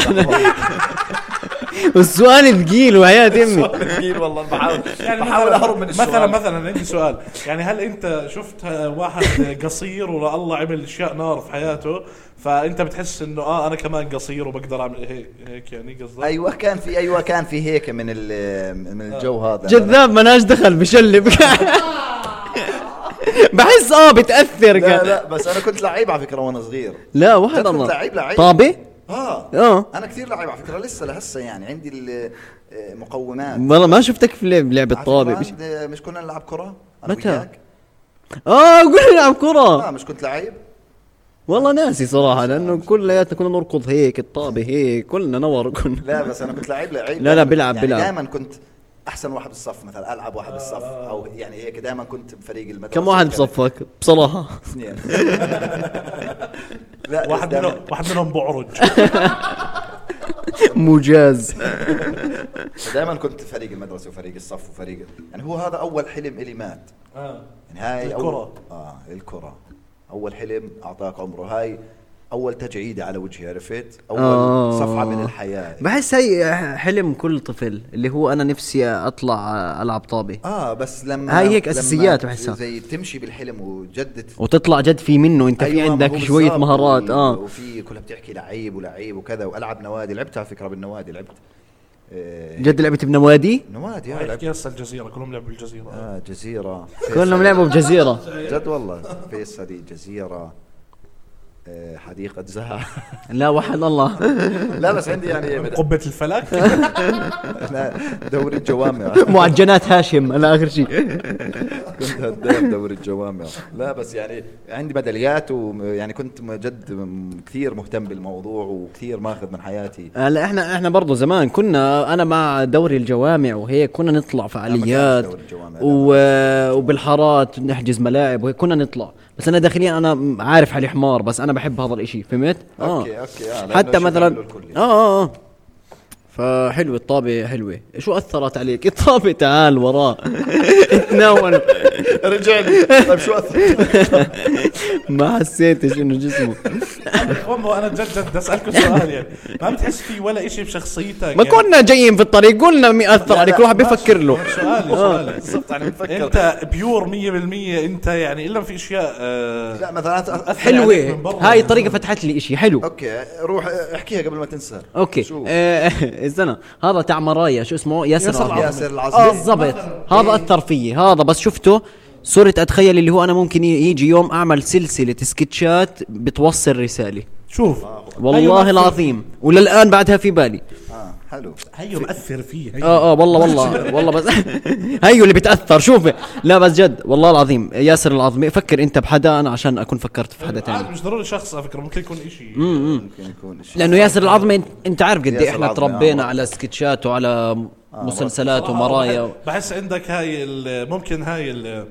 S4: آه. والسؤال ثقيل وحياة
S3: <laughs>
S4: امي
S2: كثير والله بحاول
S3: يعني
S2: بحاول
S3: مثلاً-
S2: اهرب من السؤال
S3: مثلا مثلا عندي سؤال يعني هل انت شفت <laughs> واحد قصير ولا الله عمل اشياء نار في حياته فانت بتحس انه اه انا كمان قصير وبقدر اعمل هيك هيك يعني قصدك
S2: ايوه كان في ايوه كان في هيك من ال- من
S3: آه.
S2: الجو هذا
S4: جذاب مناش دخل بشلب <laughs> بحس اه بتاثر
S2: لا
S4: قال.
S2: لا بس انا كنت لعيب على فكره وانا صغير
S4: لا واحد
S2: كنت
S4: الله
S2: لعيب لعيب.
S4: طابه
S3: آه،
S2: اه
S4: اه
S2: انا كثير لعيب على فكره لسه لهسه يعني عندي آه، المقومات
S4: والله ما شفتك في لعب- لعبه طابه بش-
S2: مش كنا نلعب كره أنا
S4: متى؟
S2: وياك؟
S4: اه قول نلعب
S2: اه
S4: كره
S2: مش كنت لعيب
S4: والله ناسي صراحه لانه كلياتنا كنا نركض هيك الطابه هيك كلنا نور كنا
S2: لا بس انا كنت لعيب لعيب
S4: لا، لا، بلعب-
S2: يعني
S4: بلعب.
S2: دائما كنت احسن واحد بالصف مثلا العب واحد بالصف
S3: آه.
S2: او يعني هيك دائما كنت بفريق المدرسه
S4: كم واحد
S2: وكذا.
S4: بصفك بصراحه <laughs>
S2: اثنين لا
S3: واحد
S2: دايماً.
S3: منهم واحد منهم <laughs> بعرج
S4: مجاز
S2: دائما كنت فريق المدرسه وفريق الصف وفريق يعني هو هذا اول حلم الي مات
S3: آه.
S2: يعني هاي
S3: الكرة.
S2: أول... اه الكرة اول حلم اعطاك عمره هاي اول تجعيده على وجهي عرفت اول
S4: آه.
S2: صفعه من الحياه
S4: بحس هي حلم كل طفل اللي هو انا نفسي اطلع العب طابه
S2: اه بس لما
S4: هاي هيك
S2: لما
S4: أساسيات بحسها.
S2: زي تمشي بالحلم وجدد
S4: وتطلع جد في منه انت في
S2: أيوة، ما
S4: عندك
S2: هو
S4: شويه
S2: بالظبط.
S4: مهارات اه
S2: وفي كلها بتحكي لعيب ولعيب وكذا والعب نوادي لعبت على فكره بالنوادي لعبت آه
S4: جد لعبت بنوادي
S2: نوادي آه، لعبت
S3: يا هسه الجزيره كلهم لعبوا بالجزيره آه.
S2: اه جزيره
S4: كلهم لعبوا بجزيره
S2: جد والله فيصلي جزيره آه، حديقه زهر <laughs>
S4: لا وحد الله
S2: لا بس عندي يعني
S3: قبه الفلك <laughs>
S2: دوري الجوامع
S4: <laughs> معجنات هاشم انا اخر شيء
S2: كنت هداف دوري الجوامع لا بس يعني عندي ميداليات ويعني كنت م- جد م- كثير مهتم بالموضوع وكثير ماخذ من حياتي
S4: هلا احنا احنا برضه زمان كنا انا مع دوري الجوامع وهيك كنا نطلع فعاليات
S2: ما كانش دوري الجوامع، لا.
S4: و... آه، وبالحارات نحجز ملاعب وهيك كنا نطلع بس انا داخليا انا م- عارف حالي حمار بس انا بحب هذا الاشي فهمت؟
S2: أوكي، أوكي، آه، لأنه
S4: حتى
S2: شو
S4: مثلا
S2: بيعملوا الكل. يعني.
S4: اه اه اه فحلوة الطابة حلوة شو أثرت عليك <laughs> الطابة تعال وراه <laughs> تناول
S2: رجع لي طيب شو أثر؟
S4: ما حسيتش انه جسمه
S3: والله انا جد جد بدي اسالكم سؤال يعني ما بتحس في ولا شيء بشخصيتك
S4: ما
S3: يعني؟
S4: كنا جايين في الطريق قلنا مين أثر عليك الواحد بيفكر له
S3: سؤالي
S4: آه،
S3: سؤالي
S2: بالضبط يعني بفكر
S3: انت بيور 100% انت يعني الا في اشياء آه،
S2: لا مثلا أث- أث-
S3: عليك من
S4: حلوة
S3: برا.
S4: هاي طريقة فتحت لي إشي حلو
S2: اوكي روح احكيها قبل ما تنسى
S4: اوكي
S2: شو؟
S4: آه، <laughs> استنى هذا تاع مرايا شو اسمه ياسر
S3: ياسر
S4: العظمي.
S2: ياسر إيه.
S4: اه
S2: العظيم
S4: بالضبط هذا اثر فيي هذا بس شفته صرت اتخيل اللي هو انا ممكن ي- يجي يوم اعمل سلسله سكتشات بتوصل رساله
S2: أيوة،
S3: شوف
S4: والله
S3: هيو مأثر-
S4: العظيم وللان بعدها في بالي
S2: اه حلو
S3: هيو مأثر فيه هيو.
S4: اه اه والله والله
S2: <laughs>
S4: والله بس <laughs> هيو اللي بتاثر شوفي لا بس جد والله العظيم ياسر العظمي فكر انت بحدا انا عشان اكون فكرت في حدا
S3: عاد
S4: تاني
S3: مش ضروري شخص على فكره ممكن يكون شيء
S2: ممكن يكون شيء
S4: لانه ياسر العظمي أنت- انت عارف قد ايه
S2: ياسر
S4: احنا
S2: العظمي، آه.
S4: تربينا على سكتشات وعلى مسلسلات ومرايا و...
S3: آه، بحس عندك هاي ال- ممكن هاي ال-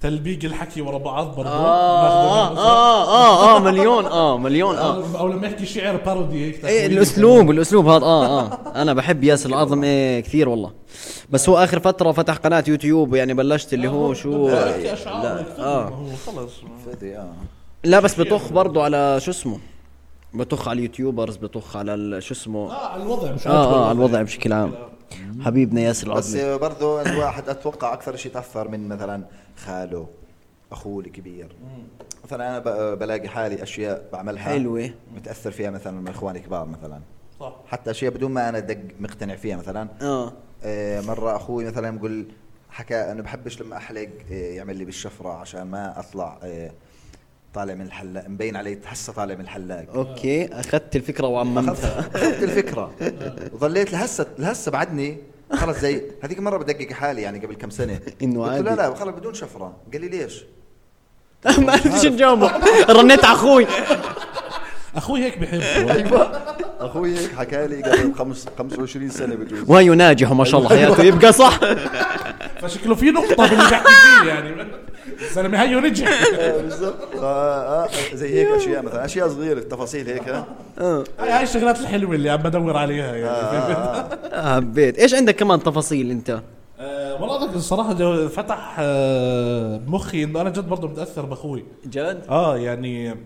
S3: تلبيق الحكي ورا بعض برضه
S4: آه آه آه آه مليون آه مليون آه
S3: او لما يحكي شعر بارودي هيك
S4: إيه
S3: تكوين.
S4: الأسلوب الأسلوب هذا آه آه أنا بحب ياسر العظم إيه كثير والله بس هو آخر فترة فتح قناة يوتيوب يعني بلشت اللي هو شو
S3: بدي أحكي أشعار
S4: لا،
S3: ويكتبهم،
S4: آه.
S3: هو خلص
S2: فدي اه
S4: لا بس بطخ برضو على شو اسمه بطخ على اليوتيوبرز بطخ على ال- شو اسمه
S3: اه على الوضع مش
S4: آه آه على الوضع بشكل عام حبيبنا ياسر
S2: بس
S4: العظمي
S2: برضه الواحد اتوقع اكثر شيء تاثر من مثلا خاله اخوه الكبير مثلا انا ب- بلاقي حالي اشياء بعملها
S4: حلوة.
S2: متاثر فيها مثلا من اخواني كبار مثلا
S3: صح.
S2: حتى اشياء بدون ما انا دق مقتنع فيها مثلا
S4: آه
S2: آه، مره اخوي مثلا يقول حكى انه بحبش لما احلق آه، يعمل لي بالشفره عشان ما اطلع آه، طالع من الحلاق مبين علي هسه طالع من الحلاق
S4: أوكي أخذت الفكرة وعممتها
S2: <laughs> أخذت- اخذت الفكره وظليت لهسه لهسه بعدني خلص زي هذيك مره بدقق حالي يعني قبل كم سنه
S4: <laughs> إنه
S2: قلت له
S4: عادي.
S2: لا لا خلص بدون شفره قال لي
S4: <laughs>
S2: ليش؟
S4: ما عرفت شو نجاوبه رنيت على أخوي
S3: اخوي هيك بحبه
S2: ايوه اخوي هيك حكى لي قبل خمس 25 سنه بجوز
S4: وهيو ناجح وما شاء الله حياته يبقى صح
S3: فشكله في نقطه باللي بحكي فيه يعني زلمه هيو نجح
S2: بالضبط فا- آه، زي هيك اشياء مثلا اشياء صغيره تفاصيل هيك آه.
S3: هاي هاي الشغلات الحلوه اللي عم بدور عليها يعني
S4: آه، حبيت ايش عندك كمان تفاصيل انت
S3: آه، والله هذاك الصراحه جو- فتح آه، مخي انه انا جد برضه متاثر باخوي
S4: جد
S3: اه يعني ب-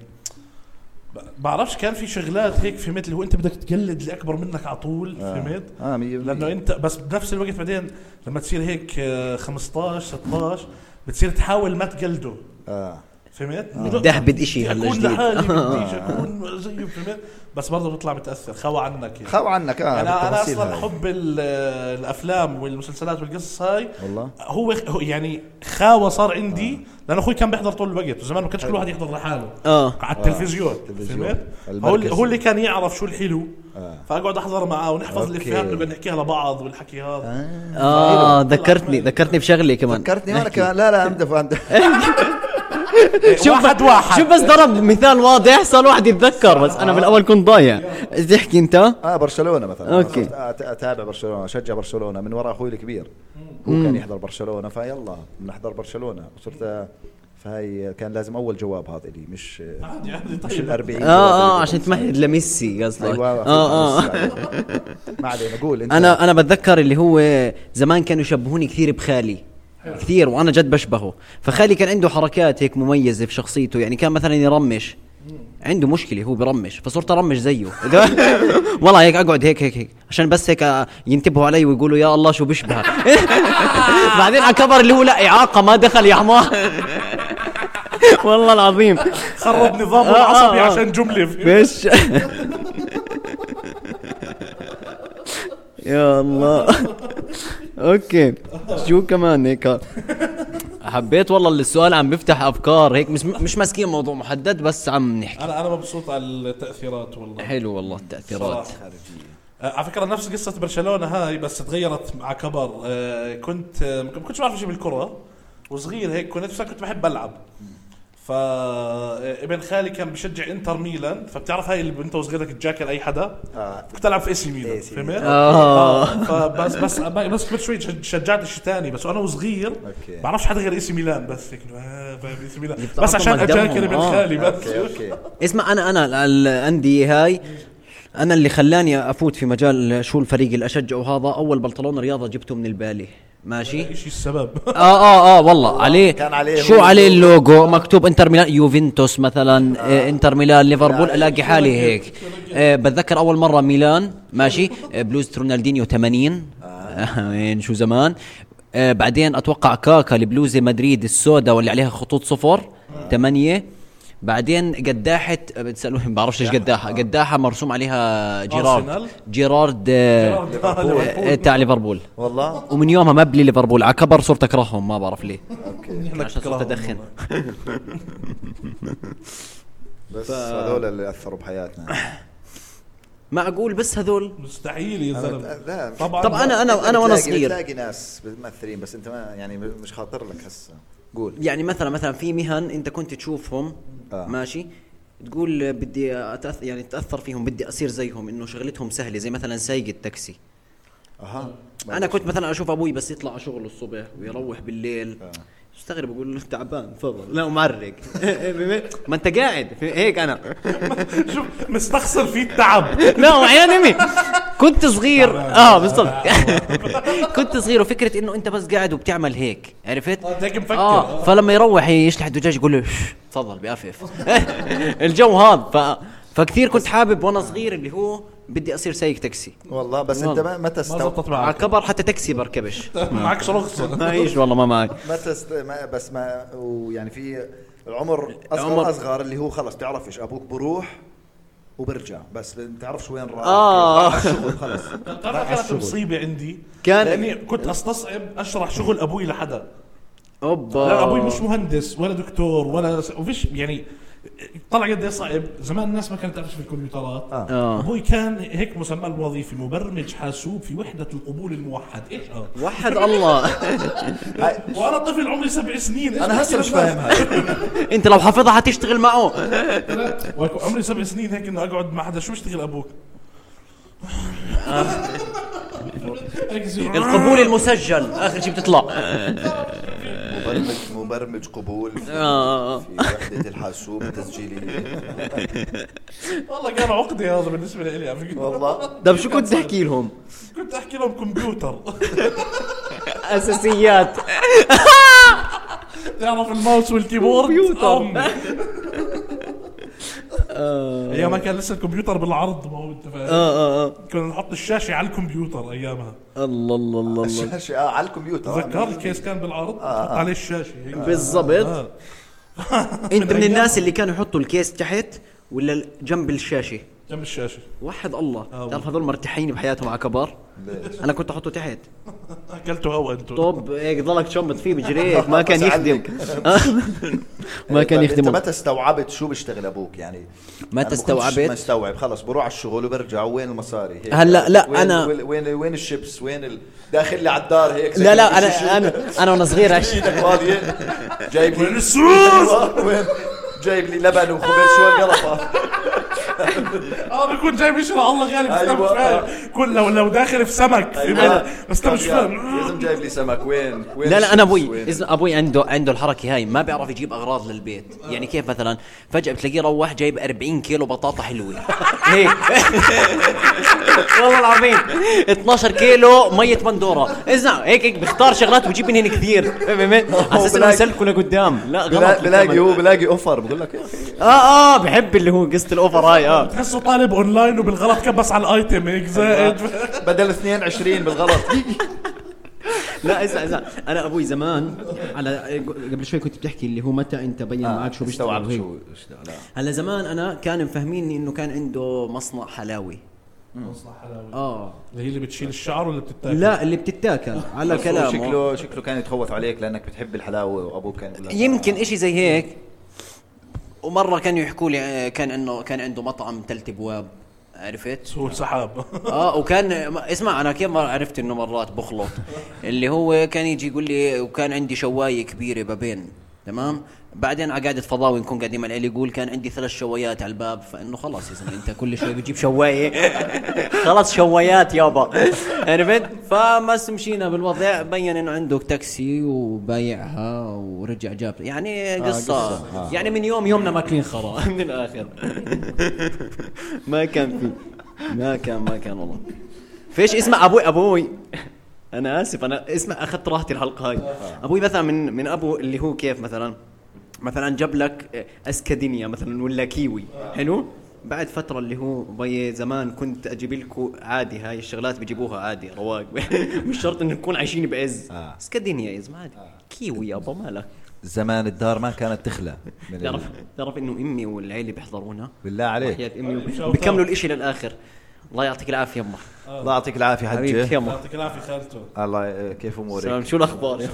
S3: بعرفش كان في شغلات هيك فهمت اللي هو انت بدك تقلد اللي اكبر منك على طول
S4: آه.
S3: فهمت
S2: اه 100%
S3: لانه انت بس بنفس الوقت بعدين لما تصير هيك آه، 15 16 بتصير تحاول ما تقلده
S2: اه
S3: فهمت؟
S4: دحبد إشي هلا
S3: اكون
S4: جديد. <laughs>
S3: لحالي بديش اكون زيه فهمت؟ بس برضه بطلع متاثر خاوة عنك يعني.
S2: خاو عنك اه
S3: انا انا
S2: بالتفاصيل
S3: اصلا
S2: هاي.
S3: حب ال- الافلام والمسلسلات والقصص هاي
S2: والله. آه.
S3: هو هو يعني خاوه صار عندي لان اخوي كان بيحضر طول الوقت وزمان ما كانش كل واحد يحضر لحاله
S4: آه.
S3: على التلفزيون
S2: التلفزيون.
S3: فهمت هو
S2: المركز.
S3: اللي هو اللي كان يعرف شو الحلو
S2: آه.
S3: فاقعد احضر معاه ونحفظ
S2: أوكي. آه.
S3: الافيهات ونقعد نحكيها لبعض والحكي هذا
S4: اه ذكرتني ذكرتني بشغله كمان
S2: ذكرتني انا كمان لا لا امدف امدف
S4: شوف
S3: واحد واحد.
S4: شوف بس ضرب مثال واضح صار واحد يتذكر بس انا بالاول كنت ضايع ايش تحكي انت
S2: اه برشلونه مثلا
S4: أوكي.
S2: أنا صرت آه، أت- اتابع برشلونه اشجع برشلونه من وراء اخوي الكبير هو كان يحضر برشلونه فيلا بنحضر برشلونه وصرت آه، فهي كان لازم اول جواب هذا لي مش آه،
S3: عادي عادي
S2: مش <laughs>
S3: طيب
S2: ال 40
S4: اه اه عشان تمهد لميسي قصدك
S3: أيوة،
S2: ايوه
S4: اه اه
S2: ما علينا قول انت
S4: انا انا بتذكر اللي هو زمان كانوا يشبهوني كثير بخالي كثير وانا جد بشبهه فخالي كان عنده حركات هيك مميزه في شخصيته يعني كان مثلا يرمش عنده مشكله هو برمش فصرت ارمش زيه <laughs> والله هيك اقعد هيك هيك هيك عشان بس هيك ينتبهوا علي ويقولوا يا الله شو بشبهك <laughs> بعدين على كبر اللي هو لا اعاقه ما دخل يا حمار <laughs> والله العظيم
S3: خرب نظامه
S4: آه، آه، آه.
S3: العصبي عشان جمله
S4: <laughs>
S3: فهمت؟
S4: مش يا الله اوكي شو كمان هيك حبيت والله اللي السؤال عم بيفتح افكار هيك مش مش ماسكين موضوع محدد بس عم نحكي
S3: انا انا مبسوط على التاثيرات والله
S4: حلو والله التاثيرات
S3: صراحة. آه، على فكره نفس قصه برشلونه هاي بس تغيرت مع كبر آه، كنت آه، ما كنتش بعرف شيء بالكره وصغير هيك كنت بس كنت بحب العب فابن خالي كان بشجع انتر ميلان فبتعرف هاي اللي انت وصغيرك تجاكل اي حدا
S2: آه.
S3: كنت العب في اي سي ميلان
S2: إي سي
S3: فهمت؟
S4: آه.
S3: فبس بس بس كنت شوي شجعت الشيء ثاني بس وانا وصغير
S2: أوكي.
S3: بعرفش حدا غير اي سي ميلان بس هيك آه، فاهم اي سي ميلان
S4: جبت
S3: بس عشان
S4: رقمك دمهم.
S3: اجاكل ابن
S4: آه.
S3: خالي بس
S2: اوكي اوكي
S4: اسمع انا انا الانديه هاي انا اللي خلاني افوت في مجال شو الفريق اللي اشجعه هذا اول بنطلون رياضه جبته من البالي ماشي
S3: ايش السبب؟
S4: اه اه اه والله عليه
S2: كان عليه
S4: شو
S2: هو
S4: عليه اللوجو مكتوب انتر ميلان يوفنتوس مثلا آه. انتر ميلان ليفربول الاقي حالي هيك آه بتذكر اول مره ميلان ماشي آه بلوزة رونالدينيو 80 آه. <laughs> وين شو زمان آه بعدين اتوقع كاكا البلوزه مدريد السوداء واللي عليها خطوط صفر 8 بعدين قداحة آه، بتسألوني بعرفش ايش قداحة قداحة مرسوم عليها
S3: أرسنال؟
S4: جيرارد جيرارد آه،
S3: جيرارد، آه،
S4: آه،
S3: ليفربول.
S4: آه، تاع ليفربول
S2: والله
S4: ومن يومها ما بلي ليفربول على كبر صرت اكرههم ما بعرف ليه عشان صرت
S3: بكرههم
S4: ادخن
S3: والله.
S2: بس هذول اللي اثروا بحياتنا
S4: معقول بس هذول
S3: مستحيل يا
S2: لا،
S3: زلمه
S2: مش-
S4: طب انا انا انا وانا
S2: بتلاقي-
S4: صغير
S2: بتلاقي ناس ممثلين بس انت ما يعني مش خاطر لك هسه قول
S4: يعني مثلا مثلا في مهن انت كنت تشوفهم
S2: آه.
S4: ماشي تقول بدي أتأث... يعني اتاثر فيهم بدي اصير زيهم انه شغلتهم سهله زي مثلا سايق التاكسي
S2: اها
S4: انا كنت مثلا اشوف ابوي بس يطلع على شغله الصبح ويروح بالليل استغرب اقول له تعبان تفضل لا ومعرق <laughs> ما انت قاعد في- هيك انا
S3: <laughs> شوف مستخسر فيه التعب
S4: لا وعيان امي كنت صغير اه بالضبط <laughs> كنت صغير وفكره انه انت بس قاعد وبتعمل هيك عرفت؟
S3: آه، أنت هيك مفكر.
S4: اه فلما يروح يشلح الدجاج يقول له "شش، تفضل بأفف <laughs> الجو هذا ف... فكثير كنت حابب وانا صغير اللي هو بدي اصير سايق تاكسي
S2: والله بس انت ما متى
S3: ما
S2: استوعبت
S3: زبطت
S4: على
S3: معك
S4: كبر حتى تاكسي
S3: <laughs>
S4: بركبش
S3: معكش
S4: ما
S3: رخصه
S4: ايش والله ما <laughs> معي
S2: ما تست ما بس ما ويعني في العمر
S4: عمر-
S2: اصغر اصغر اللي هو خلص تعرف ايش ابوك بروح وبرجع بس ما تعرفش وين راح
S4: آه.
S2: راح الشغل خلص
S3: تعرف كانت مصيبه عندي
S4: كان-
S3: لاني كنت استصعب اشرح شغل ابوي لحدا لان ابوي
S4: اوبا
S3: مش مهندس ولا دكتور ولا س- وفيش يعني طلع قد ايه صعب زمان الناس ما كانت تعرف في الكمبيوترات
S4: آه.
S3: ابوي كان هيك مسمى الوظيفي مبرمج حاسوب في وحده القبول الموحد ايش هذا
S4: وحد الله <laughs>
S3: وانا طفل عمري سبع سنين إيش
S2: انا هسه مش فاهم هاي
S4: انت لو حافظها حتشتغل معه
S3: وأكون عمري سبع سنين هيك انه اقعد مع حدا شو
S4: <laughs>
S3: بيشتغل ابوك؟ هيك يصير-
S4: آه، القبول المسجل اخر شيء بتطلع
S2: مبرمج مبرمج قبول في
S4: آه.
S2: في وحده الحاسوب التسجيليه
S3: والله كان عقدة هذا بالنسبة لي على فكرة
S2: والله
S4: طب شو كنت تحكي لهم؟
S3: كنت احكي لهم كمبيوتر
S4: اساسيات
S3: تعرف الماوس والكيبورد
S4: كمبيوتر.
S3: أم.
S4: آه.
S3: ايامها كان لسه الكمبيوتر بالعرض ما هو انت فاهم
S4: اه اه
S3: كنا نحط الشاشة على الكمبيوتر ايامها
S4: الله الله الله الله
S2: <laughs> الشاشه آه، على الكمبيوتر
S3: تذكر الكيس كان بالعرض تحط عليه الشاشه هيك.
S4: بالضبط.
S3: آه.
S4: انت من
S3: أيام.
S4: الناس اللي كانوا يحطوا الكيس تحت ولا جنب الشاشه؟
S3: جنب الشاشه
S4: وحد الله
S3: آه.
S4: تعرف هذول مرتاحين بحياتهم على كبار
S2: ليش؟
S4: انا كنت احطه تحت
S3: اكلته هوا انتم
S4: طب هيك ضلك تشمط فيه بجريك ما كان
S2: بس
S4: يخدم <laughs> ما كان
S2: طيب
S4: يخدم
S2: انت متى استوعبت شو بيشتغل ابوك يعني؟
S4: متى
S2: أنا ما كنتش
S4: استوعبت؟
S2: مستوعب خلص بروح على الشغل وبرجع وين المصاري؟ هيك.
S4: هلا، لا،
S2: وين
S4: أنا-
S2: وين وين, وين الشيبس؟ وين ال... داخل لي على الدار هيك زي
S4: لا
S2: ما
S4: لا
S2: فيش
S4: انا
S2: شيء.
S4: انا انا وانا صغير هش-
S2: ايدك فاضيه جايب لي
S3: وين السوس؟
S2: وين جايب لي لبن وخبز شو القرفه
S3: اه بيكون جاي بيشرح الله غالب بس أنا مش
S2: أيوة.
S3: فاهم كل لو لو داخل في سمك في بلد. بس انت مش
S2: يا
S3: فاهم
S2: زلمه جايب لي سمك وين وين
S4: لا لا انا
S2: الشيبس؟
S4: ابوي
S2: وين؟
S4: إذن ابوي عنده عنده الحركه هاي ما بيعرف يجيب اغراض للبيت
S2: آه.
S4: يعني كيف مثلا فجاه بتلاقيه روح جايب 40 كيلو بطاطا
S2: <laughs>
S4: حلوه هيك والله العظيم 12 كيلو ميه بندوره اسمع هيك هيك بيختار شغلات وبجيب من هنا كثير
S2: <laughs>
S4: فهمت؟ على اساس انه
S2: بلاقي-
S4: يسلكوا لقدام لا غلط
S2: بلا- بلاقي
S4: بالكامل.
S2: هو بلاقي اوفر بقول لك يا
S4: <laughs>
S2: اخي
S4: اه اه بحب اللي هو قصه الاوفر هاي اه
S3: تحسه طالب اونلاين وبالغلط كبس على إيه، الايتم هيك
S2: أيوة.
S3: زائد
S2: بدل 22 بالغلط
S4: <laughs> لا اسمع اسمع انا ابوي زمان على قبل شوي كنت بتحكي اللي هو متى انت بين معك شو بيشتغل
S2: آه، استوعبت
S4: وهيك.
S2: شو شو- لا
S4: هلا زمان انا كان مفهميني انه كان عنده مصنع حلاوي اه
S3: اللي هي اللي بتشيل الشعر ولا بتتاكل؟
S4: لا اللي بتتاكل على كلامه
S2: شكله شكله كان يتخوف عليك لانك بتحب الحلاوه وابوك كان يقول لك
S4: يمكن اشي زي هيك ومره كانوا يحكوا لي آه، كان انه كان عنده مطعم ثلاث ابواب عرفت
S3: هو سحاب
S4: اه وكان ما- اسمع انا كيف ما عرفت انه مرات بخلط اللي هو كان يجي يقول لي وكان عندي شوايه كبيره بابين تمام بعدين على قعده فضاوي نكون قاعدين مع العيله يقول كان عندي ثلاث شوايات على الباب فانه خلاص يا زلمه انت كل شوي بتجيب شوايه خلاص شوايات يابا عرفت فما مشينا بالوضع بين انه عنده تاكسي وبايعها ورجع جاب يعني قصه يعني من يوم يومنا ماكلين خرا <laughs> من الاخر ما كان في ما كان ما كان والله فيش اسمع ابوي ابوي انا اسف انا اسمع اخذت راحتي الحلقه هاي ابوي مثلا من من ابو اللي هو كيف مثلا مثلا جاب لك اسكادينيا مثلا ولا كيوي حلو بعد فتره اللي هو بي زمان كنت اجيب لكم عادي هاي الشغلات بيجيبوها عادي رواق <laughs> مش شرط انه نكون عايشين بعز
S2: آه.
S4: اسكادينيا يا زلمه عادي كيوي يابا مالك
S2: زمان الدار ما كانت تخلى من
S4: تعرف
S2: ال-
S4: تعرف انه امي والعيله بيحضرونا
S2: بالله عليك
S4: حياة امي بكملوا الاشي للاخر الله يعطيك العافيه يما
S2: الله يعطيك العافيه
S4: حبيبك
S2: حجه
S4: يما
S3: يعطيك العافيه خالته
S2: الله ي- كيف امورك
S4: سلام شو الاخبار يا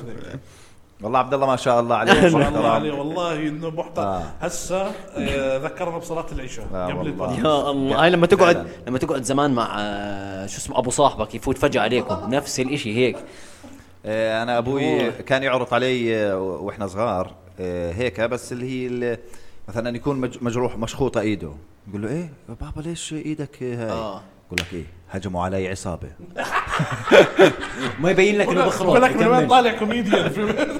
S2: والله عبد الله ما شاء الله عليك
S3: ما شاء الله عليه
S2: محترم
S3: والله انه محترم
S2: آه.
S3: هسه آه، ذكرنا بصلاه العشاء
S2: لا
S3: قبل
S2: والله. <laughs>
S3: الفجر
S4: يا الله هاي لما
S2: فعلا.
S4: تقعد لما تقعد زمان مع آه، شو اسمه ابو صاحبك يفوت فجاه عليكم نفس الاشي هيك
S2: آه، انا ابوي كان يعرض علي آه، واحنا صغار آه، هيك بس اللي هي ال- مثلا يكون مج- مجروح مشخوطه ايده يقول له ايه بابا ليش ايدك هاي
S4: آه.
S2: يقول لك ايه هجموا علي عصابه
S4: ما يبين لك انه بخرب
S3: بقول لك من وين طالع كوميديان <laughs> في-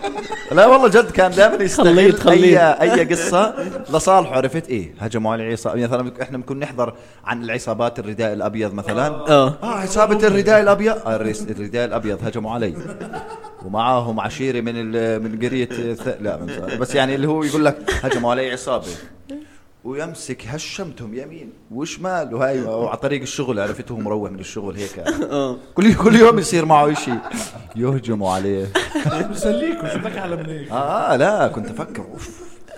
S2: لا والله جد كان دائما
S4: خليط-
S2: يستغل
S4: خليط.
S2: اي اي قصه لصالحه عرفت ايه هجموا على العصابه مثلا احنا بنكون نحضر عن العصابات الرداء الابيض مثلا
S4: اه
S2: اه عصابه الرداء الابيض آه، الرس- الرداء الابيض هجموا علي ومعاهم عشيره من ال- من قريه ث- لا من بس يعني اللي هو يقول لك هجموا علي عصابه ويمسك هشمتهم يمين وشمال وهاي على طريق الشغل عرفته هو مروح من الشغل هيك كل كل يوم يصير معه شيء يهجموا عليه
S3: بسليكم شو بدك احلى من هيك
S2: اه لا كنت افكر اوف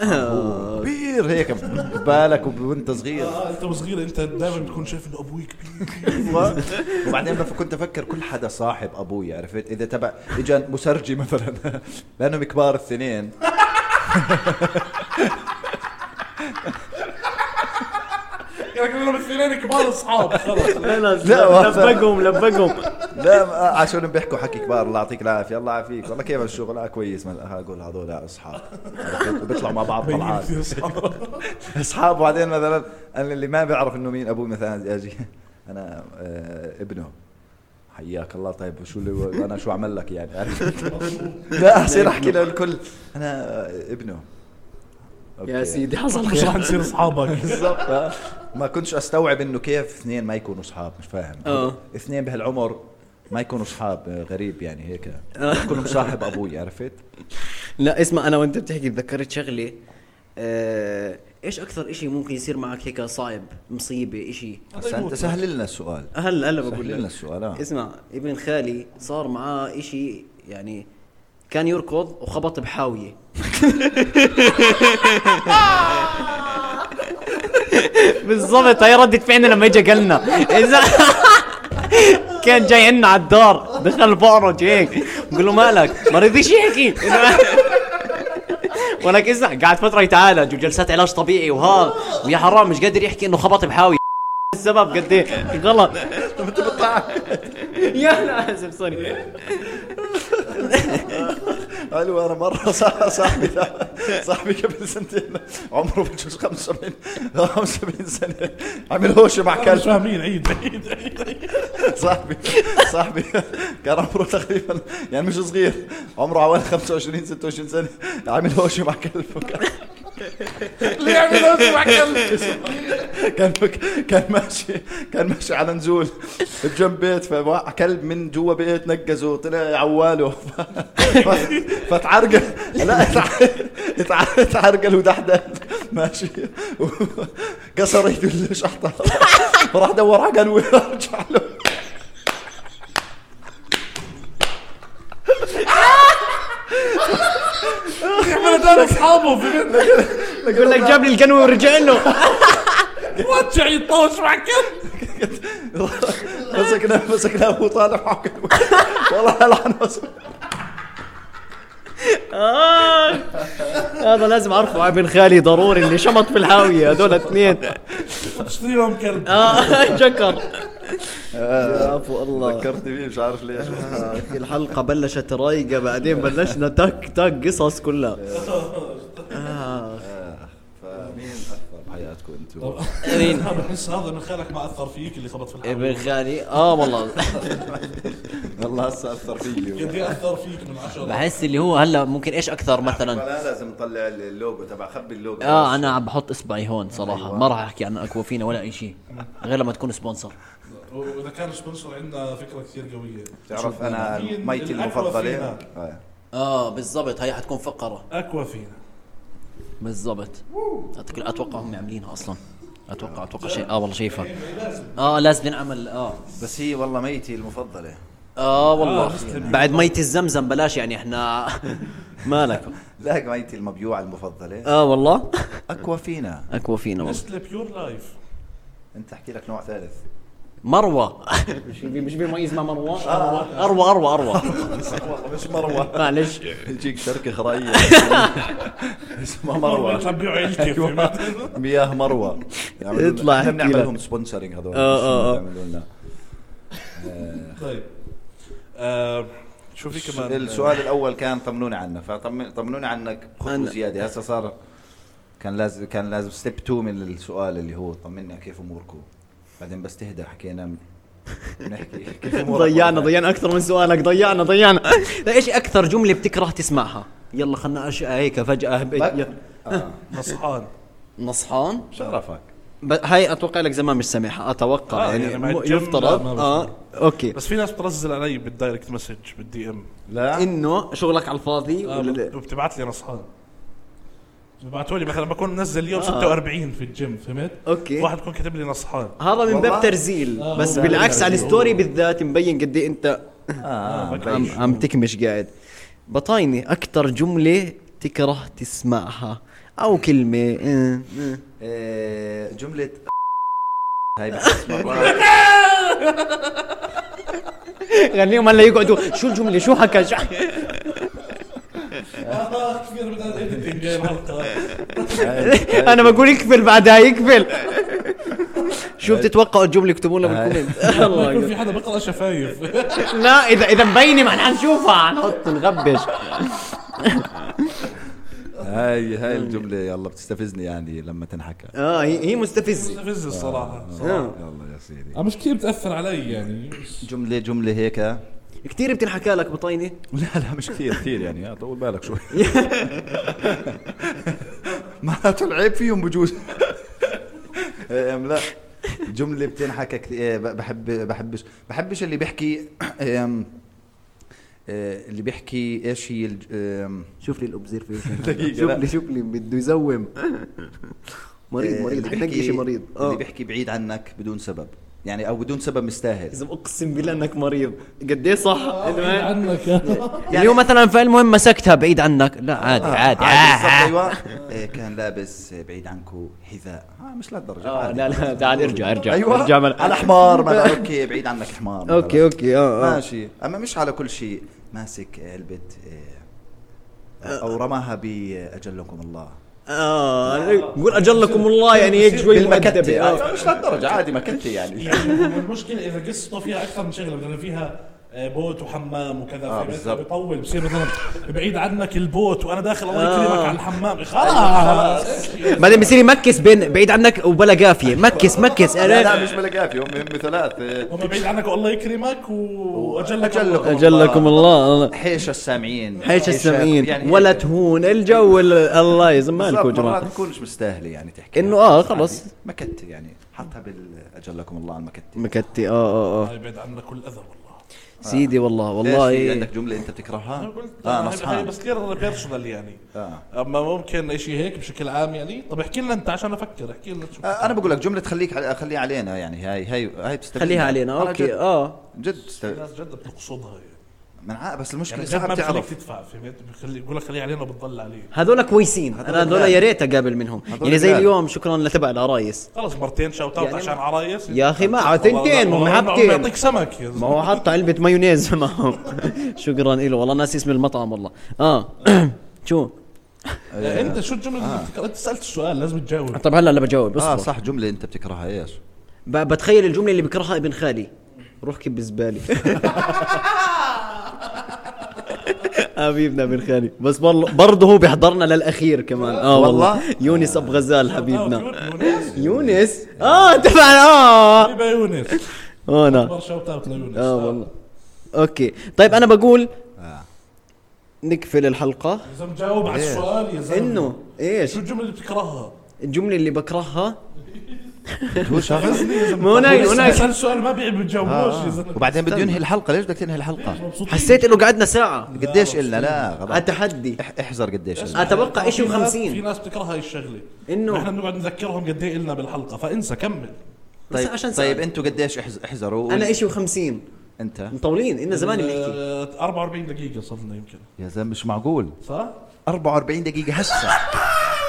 S2: هو كبير هيك بالك وب- وانت صغير
S3: اه انت وصغير انت دائما بتكون شايف انه ابوي كبير
S2: ايوه <laughs> وبعدين بف- كنت افكر كل حدا صاحب ابوي عرفت اذا تبع اجا مسرجي مثلا <laughs> لانهم كبار السنين
S3: يعني كلهم الاثنين كبار اصحاب خلص
S2: لا، والله.
S4: لبقهم لبقهم
S2: لا ما- آه، عشان بيحكوا حكي كبار الله يعطيك العافيه الله يعافيك والله كيف الشغل آه كويس ما- اقول هذول اصحاب عرفت؟ وبيطلعوا مع بعض
S3: بين
S2: طلعات
S3: كثير اصحاب
S2: اصحاب وبعدين مثلا انا اللي ما بيعرف انه مين ابوي مثلا اجي انا آه، ابنه حياك الله طيب شو اللي انا شو اعمل لك يعني عرفت؟ لا اصير احكي للكل انا آه، ابنه
S5: يا
S2: أوكي.
S5: سيدي
S4: <laughs>
S5: حصل
S3: مش رح
S5: خير
S3: نصير اصحابك
S2: بالضبط آه. ما كنتش استوعب انه كيف اثنين ما يكونوا اصحاب مش فاهم
S4: آه.
S2: اثنين بهالعمر ما يكونوا اصحاب آه، غريب يعني هيك كلهم صاحب ابوي عرفت
S4: لا اسمع انا وانت بتحكي تذكرت شغله آه، ايش اكثر اشي ممكن يصير معك هيك صعب مصيبه اشي
S2: بس انت سهل لنا السؤال
S4: هلا هلا
S2: سهل
S4: بقول
S2: لنا
S4: لك
S2: السؤال آه.
S4: اسمع ابن خالي صار معاه اشي يعني كان يركض وخبط بحاويه
S5: <laughs> بالضبط هي ردة فعلنا لما اجى قالنا اذا <laughs> كان جاي عنا على الدار دخل بعرج هيك بقول له مالك ما رضيش يحكي <laughs> ولك اسمع قعد فترة يتعالج وجلسات علاج طبيعي وهذا ويا حرام مش قادر يحكي انه خبط بحاوي <laughs> السبب قد ايه غلط يا لا اسف سوري
S4: إيه.
S2: قالوا انا مره صاح- صاحبي ذا- صاحبي قبل سنتين عمره بجوز 75 75 سنه عمل هوشه مع
S3: مش
S2: كلب
S3: فاهمين عيد عيد عيد
S2: صاحبي صاحبي كان عمره تقريبا يعني مش صغير عمره حوالي 25 26 سنه عامل هوشه مع كلب ليه عامل هوشه مع كلب؟ كان كان ماشي كان ماشي على نزول بجنب بيت فوقع كلب من جوا بيت نقزه طلع عواله <laughs> ف- ف- فتعرقل لا اتع- اتع- اتعرقل ودحدح ماشي كسر ايده الشحطه راح دور على قلبه ورجع له
S3: عملت انا اصحابه في
S5: بقول لك جاب لي القنوة ورجع له
S3: وجع يتطاوش مع كلب
S2: مسكناه مسكناه وهو طالع معه كلب. والله لعن
S5: هذا لازم اعرفه على ابن خالي ضروري اللي شمط في الحاوية هذول اثنين
S3: اشتري لهم كلب
S5: اه شكر
S4: آه، عفو الله
S2: ذكرتني فيه مش عارف ليش
S4: الحلقه بلشت رايقه بعدين بلشنا تك تك قصص كلها
S2: فمين اكثر بحياتكم انتم؟
S3: هذا بحس هذا من خالك ما اثر فيك اللي خبط في الحلقه
S4: ابن خالي اه والله
S2: والله هسه اثر فيي
S3: قد ايه اثر فيك من عشرة
S4: بحس اللي هو هلا ممكن ايش اكثر مثلا
S2: لا لازم نطلع اللوجو تبع خبي اللوجو
S4: اه انا عم بحط اصبعي هون صراحه ما راح احكي عن اكوافينا ولا اي شيء غير لما تكون سبونسر
S3: واذا كان سبونسر عندنا فكره كثير قويه
S2: تعرف انا
S3: مين
S2: ميتي
S3: الأقوى
S2: المفضله
S3: فينا؟
S2: آه.
S4: اه بالضبط هي حتكون فقره
S3: اكوا فينا
S4: بالضبط أتك- اتوقع هم عاملينها اصلا اتوقع اتوقع شيء اه والله شايفها اه لازم نعمل اه
S2: بس هي والله ميتي المفضله
S4: اه
S3: آه،
S4: والله
S3: مسلم.
S4: بعد مية الزمزم بلاش يعني <laughs> احنا مالك
S2: لا ميتي المبيوعه المفضله
S4: اه والله
S2: اكوا فينا
S4: اكوا فينا والله
S3: نسله بيور لايف
S2: انت احكي لك نوع ثالث
S4: مروه
S5: مش بيميز ما مروان
S4: اروى اروى اروى
S2: مش مروه
S5: معلش
S2: يجيك شركه خريه اسمها مروه
S3: مروه بيعوا عيلتي فهمت؟
S2: مياه مروه يعملوا لنا-
S4: اطلع
S2: احنا
S4: احكي
S2: بنعمل
S4: لك.
S2: لهم سبونسرنج هذول
S4: آه، آه، آه.
S2: بيعملوا لنا.
S3: طيب آه، شو في كمان
S2: السؤال الاول كان طمنوني عنه فطمنوني عنك خطوه
S4: أنا-
S2: زياده هسه صار كان لازم كان لازم ستيب 2 من السؤال اللي هو طمني كيف اموركم بعدين بس تهدى حكينا م- بنحكي كيف امورك
S5: ضيعنا ضيعنا اكثر من سؤالك ضيعنا ضيعنا
S4: لا ايش اكثر جمله بتكره تسمعها يلا خلنا أش... هيك فجاه هب-
S2: <laughs>
S4: يلا.
S3: نصحان
S4: نصحان
S2: آه، شرفك
S4: ب... هاي اتوقع لك زمان مش سامحها اتوقع
S3: آه،
S4: يعني,
S3: يعني مع
S4: م-
S3: الجيم لا،
S4: يفترض
S3: ما
S4: اه اوكي
S3: بس في ناس بترزل علي بالدايركت مسج بالدي ام
S2: لا
S4: انه شغلك على الفاضي
S3: آه،
S4: ولا لا؟
S3: وبتبعت لي نصحان ببعتوا لي مثلا بكون منزل اليوم 46 في الجيم فهمت؟
S4: أوكي.
S3: واحد يكون كاتب لي نصحان
S4: هذا من باب
S2: والله؟
S4: ترزيل
S3: آه،
S4: بس
S3: آه،
S4: بالعكس على
S3: ترزيل.
S4: الستوري بالذات مبين قد ايه انت
S3: آه،
S2: اه
S4: عم
S2: بيش.
S4: عم تكمش قاعد بطايني اكثر جمله تكره تسمعها او كلمه آه، آه.
S2: آه، جمله هاي بحس مرات
S5: غنيهم هلا يقعدوا شو الجمله شو حكى شو حكى؟
S3: كثير من الايديتنج الحلقه
S5: انا بقول يكفل بعدها يكفل
S4: شو بتتوقعوا الجمله يكتبوا لنا
S2: هاي.
S4: بالكومنت <laughs>
S5: الله
S3: يكون في
S5: يقول.
S3: حدا بقرا شفايف <laughs>
S5: لا اذا اذا مبينه ما حنشوفها حنحط نغبش
S2: هاي هاي الجمله يلا بتستفزني يعني لما تنحكى
S5: اه هي هي مستفزه
S3: مستفز الصراحه
S4: آه.
S2: يلا يا سيدي
S3: آه، مش كثير بتاثر علي يعني
S2: جمله جمله هيك لا
S5: كثير بتنحكى لك بطينه
S2: لا مش كثير كثير يعني آه، طول بالك <laughs> شوي معناته العيب فيهم بجوز إيه، <laughs> أم لا جمله بتنحكى كثير بحب بحبش بحبش اللي بيحكي أم، إيه، اللي بيحكي ايش هي الج- أم،
S5: شوف لي <laughs> الاوبزرفيشن
S2: دقيقة،
S5: شوف
S2: لا.
S5: لي شوف لي بده يزوم مريض
S2: إيه،
S5: مريض
S2: اللي
S5: حنلاقي
S2: بيحكي-
S5: شيء مريض
S2: اللي
S5: اه
S2: بيحكي بعيد عنك بدون سبب يعني او بدون سبب مستاهل
S5: اذا اقسم إيه؟ بالله انك مريض قد ايه صح أنت
S3: يعني
S4: آه.
S5: فاهم؟
S3: عنك يا
S4: اللي هو مثلا في المهم مسكتها بعيد عنك لا عادي عادي,
S2: عادي
S4: عادي.
S2: بالضبط، ايوه إيه، كان لابس بعيد عنكو حذاء آه مش لهالدرجه
S5: آه،
S2: عادي.
S5: لا لا تعال ارجع ارجع
S2: ايوه
S5: ارجع من-
S2: على حمار ما اوكي بعيد عنك حمار ما
S5: اوكي
S2: بعرف.
S5: اوكي اه اه
S2: ماشي اما مش على كل شيء ماسك علبه آه، او رماها باجلكم الله
S5: اه قول اجلكم الله يعني هيك شوي
S2: بالمكتبه
S5: مؤدبة.
S3: أيوة.
S5: آه.
S2: آه، مش لهالدرجه عادي مكتبه يعني
S3: يعني المشكله اذا قصته فيها اكثر من شغله لان فيها آه، بوت وحمام وكذا
S2: آه،
S3: في بيت
S2: بالظبط.
S3: بيطول بصير مثلا بعيد عنك البوت وانا داخل الله
S2: آه.
S3: يكرمك على
S2: أيوة،
S3: الحمام خلاص
S4: بعدين بصير يمكس بين بعيد عنك وبلا قافيه مكس مكس
S2: لا لا مش بلاقيها فيهم هم ثلاث آه،
S3: هم بعيد عنك والله يكرمك واجلك
S2: أجلكم.
S3: الله.
S5: اجلكم الله
S2: حيش السامعين
S4: حيش السامعين
S2: يعني
S4: ولا
S2: هيك.
S4: تهون الجو ال- الله يزم مالكم يا
S2: بالضبط،
S4: جماعه
S2: مرات تكونش مستاهله يعني تحكي
S4: إنه آه، خلص.
S2: مكت يعني حطها بالاجلكم الله على المكتة
S4: مكتي اه اه اه
S3: الله يبعد عنك كل اذى والله
S4: سيدي والله والله
S2: آه. ليش في
S4: إيه.
S2: عندك جمله انت بتكرهها؟
S3: انا قلت
S2: اه
S3: أنا هاي- هاي
S2: نصحان
S3: بس كثير بيرسونال يعني
S2: آه.
S3: اما ممكن شيء هيك بشكل عام يعني طب احكي لنا انت عشان افكر احكي لنا شو
S2: آه، انا بقول لك جمله تخليك على خليها علينا يعني هاي هاي هاي بتستفيد
S4: خليها علينا اوكي
S2: جد,
S4: اه
S2: جد
S3: في
S2: تست...
S3: ناس جد بتقصدها يعني.
S2: من عا- بس المشكله
S3: يعني
S2: يعني صعب
S3: جد ما بتخليك
S2: تعرف
S3: تدفع فهمت بخلي بقول لك خليه علينا وبتضل عليه
S4: هذول كويسين
S2: هذول
S4: انا هذول
S2: بلاد.
S4: يا ريت اقابل منهم
S2: هذول
S4: يعني زي
S2: بلاد.
S4: اليوم شكرا لتبع العرايس
S3: خلص مرتين شوت اوت
S4: يعني-
S3: عشان عرايس
S4: يا أخي ما-
S3: والله-
S4: تنتين، ما هو
S3: والله
S4: حاطين.
S3: بيعطيك سمك يا
S4: ما
S3: زلمة.
S4: هو حط علبه مايونيز <laughs> معهم شكرا له والله ناسي اسم المطعم والله اه <clears throat> شو
S3: آه، انت شو الجمله اللي بتفكر انت
S4: آه.
S3: سالت السؤال لازم تجاوب
S4: طب هلا اللي بجاوب
S2: اه
S4: اصبر
S2: صح جمله انت بتكرهها ايش؟
S3: <laughs>
S4: ب- بتخيل الجمله اللي بكرهها ابن خالي روح كب
S2: <laughs>
S4: زبالي حبيبنا ابن خالي بس والله برضه هو بيحضرنا للاخير كمان اه والله
S2: والله؟
S4: يونس ابو غزال حبيبنا
S3: آه، يونس
S4: يونس اه تبع اه
S3: حبيبي يونس
S4: هنا
S3: اكبر شوت اوت ليونس
S4: اه والله اوكي طيب انا بقول
S2: آه.
S4: نقفل الحلقه
S3: لازم تجاوب على السؤال يا
S2: آه.
S3: زلمه
S4: انه ايش
S3: شو الجمله اللي بتكرهها؟
S4: الجمله اللي بكرهها
S3: <laughs> ما
S4: هو نايم، هو نايم.
S3: سال سؤال ما بي- بتجاوبوش يا زلمه
S2: آه. وبعدين بده ينهي الحلقه ليش بدك تنهي الحلقه؟
S4: حسيت انه قعدنا ساعه
S2: قديش الا لا
S4: على
S2: غلط
S4: تحدي
S2: إح- احذر قديش الا
S4: اتوقع شيء
S3: في ناس- في
S4: و50
S3: ناس بتكره هاي الشغله
S4: إنه-
S3: احنا بنقعد نذكرهم قد ايه النا بالحلقه فانسى كمل
S2: طيب
S4: عشان ساعة.
S2: طيب انتوا قديش احز- احذروا
S4: انا شيء و50
S2: انت
S4: مطولين إلنا زمان بنحكي
S3: آه، 44 دقيقه صرنا يمكن
S2: يا زلمه مش معقول
S3: صح؟
S2: 44 دقيقه هسه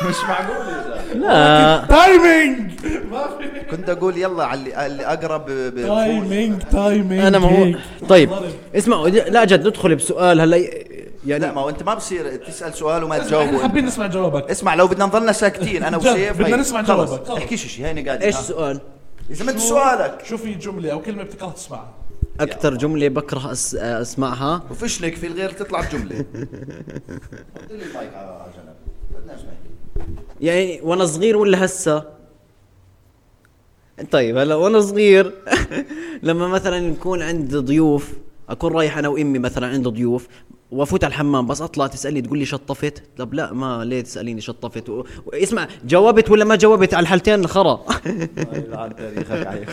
S2: مش معقول يا زلمه
S4: لا
S3: تايمينج ما في
S2: كنت اقول يلا على اللي- اللي اقرب ب- ب-
S3: تايمينج تايمينج
S4: انا ما هو
S3: هيك.
S4: طيب اسمعوا لا جد ندخل بسؤال هلا ي-
S2: لا
S4: يعني
S2: ما هو انت ما بصير تسال سؤال وما
S3: احنا
S2: تجاوبه
S3: حابين نسمع جوابك
S2: اسمع لو بدنا نضلنا ساكتين انا
S3: <laughs> جد،
S2: وسيف
S3: بدنا
S2: هي.
S3: نسمع
S2: خلص،
S3: جوابك، خلص.
S2: احكيش شيء هيني قاعد
S4: ايش
S2: ها.
S4: السؤال؟
S2: اذا ما انت
S3: شو-
S2: سؤالك
S3: شو في جمله او كلمه بتكره تسمعها
S4: اكثر جمله بكره أس- اسمعها
S2: وفيش لك في الغير تطلع
S3: <laughs>
S2: بجمله حط لي المايك على جنب بدناش
S3: <laughs>
S2: نحكي
S4: يعني وانا صغير ولا هسه طيب هلا وانا صغير <laughs> لما مثلا نكون عند ضيوف اكون رايح انا وامي مثلا عند ضيوف وافوت على الحمام بس اطلع تسالني تقول لي شطفت طب لا ما ليه تساليني شطفت و... اسمع جاوبت ولا ما جاوبت على الحالتين خرا <laughs>
S2: لعن تاريخك عليك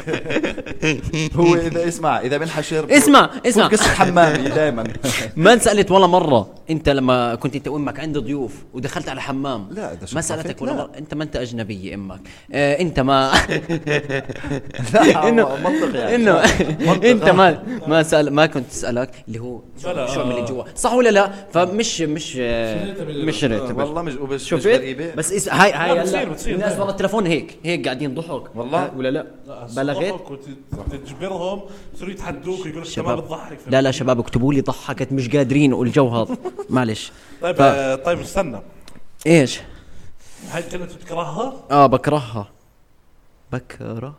S2: هو اذا اسمع اذا بنحشر
S3: <laughs>
S2: بقول-
S4: اسمع،
S2: بقول
S4: اسمع.
S2: قصه حمامي دائما
S4: ما انسالت ولا مره انت لما كنت انت وامك عند ضيوف ودخلت على حمام
S2: لا، إذا
S4: ما
S2: شطفت،
S4: سالتك ولا
S2: لا.
S4: مره انت ما انت اجنبيه امك آه انت
S2: <laughs>
S4: ما
S2: انه منطق
S4: <laughs>
S2: يعني
S4: انه
S3: <laughs>
S2: منطق،
S4: انت
S2: آه.
S4: ما ما سال ما كنت تسالك اللي هو
S3: بلا،
S4: شو
S3: آه.
S4: اللي جوا صح ولا لا فمش مش آه،
S3: شريتها بالقلب.
S4: مش ريتبل
S2: والله مش وبس مش غريبة.
S4: شفت بس إس... هاي هاي
S3: لا،
S4: هلا
S3: بتصير- بتصير.
S4: الناس ورا التليفون هيك هيك قاعدين ضحك
S2: والله؟
S4: آه، ولا لا بلغت
S3: تجبرهم يصيروا يتحدوك يقول لك ما
S4: شباب
S3: بتضحك
S4: لا لا شباب اكتبوا لي ضحكت مش قادرين والجو
S3: <laughs>
S4: هذا معلش
S3: طيب
S4: ف-
S3: آه، طيب استنى
S4: ايش
S3: هاي الكلمه بتكرهها
S4: اه بكرهها بكره <laughs>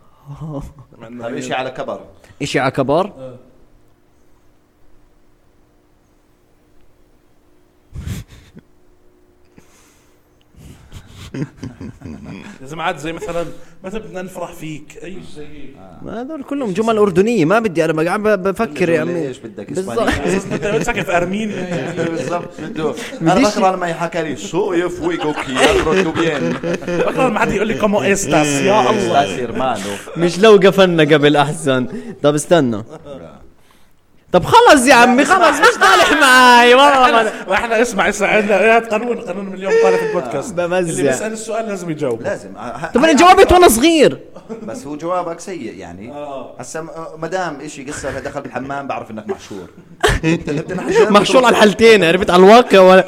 S3: مع
S2: طيب
S3: إنه-
S2: إشي على كبر
S4: اشي على كبار
S3: آه. يا زلمه عاد زي مثلا متى بدنا نفرح فيك اي زي
S4: ما هذول كلهم جمل اردنيه ما بدي انا قاعد بفكر يا عمي
S2: ليش بدك
S4: بالظبط.
S2: اسبانيا
S3: انت بتسكن في ارمينيا
S2: <laughs> بالضبط بده انا
S4: بديش-
S2: بكره لما يحكى لي شو يفوي كوكي يخرج
S3: <laughs>
S2: بيان
S3: بكره ما حد يقول لي كومو استاس يا الله
S2: استاذ مانو
S4: مش لو قفلنا قبل احسن طب استنى طب خلص يا عمي خلص مش طالع معاي والله ما-
S3: احنا اسمع اسمع عندنا يا قانون قانون مليون طالع في البودكاست
S4: بمزع.
S3: اللي بيسال السؤال لازم يجاوب
S2: لازم ه-
S4: طب
S2: ه-
S4: انا جوابت وانا صغير
S2: بس هو جوابك سيء يعني هسا م- ما دام شيء قصه دخل بالحمام بعرف انك
S4: <laughs>
S2: محشور أنت اللي بتنحشر
S4: محشور على الحالتين عرفت على الواقع ولا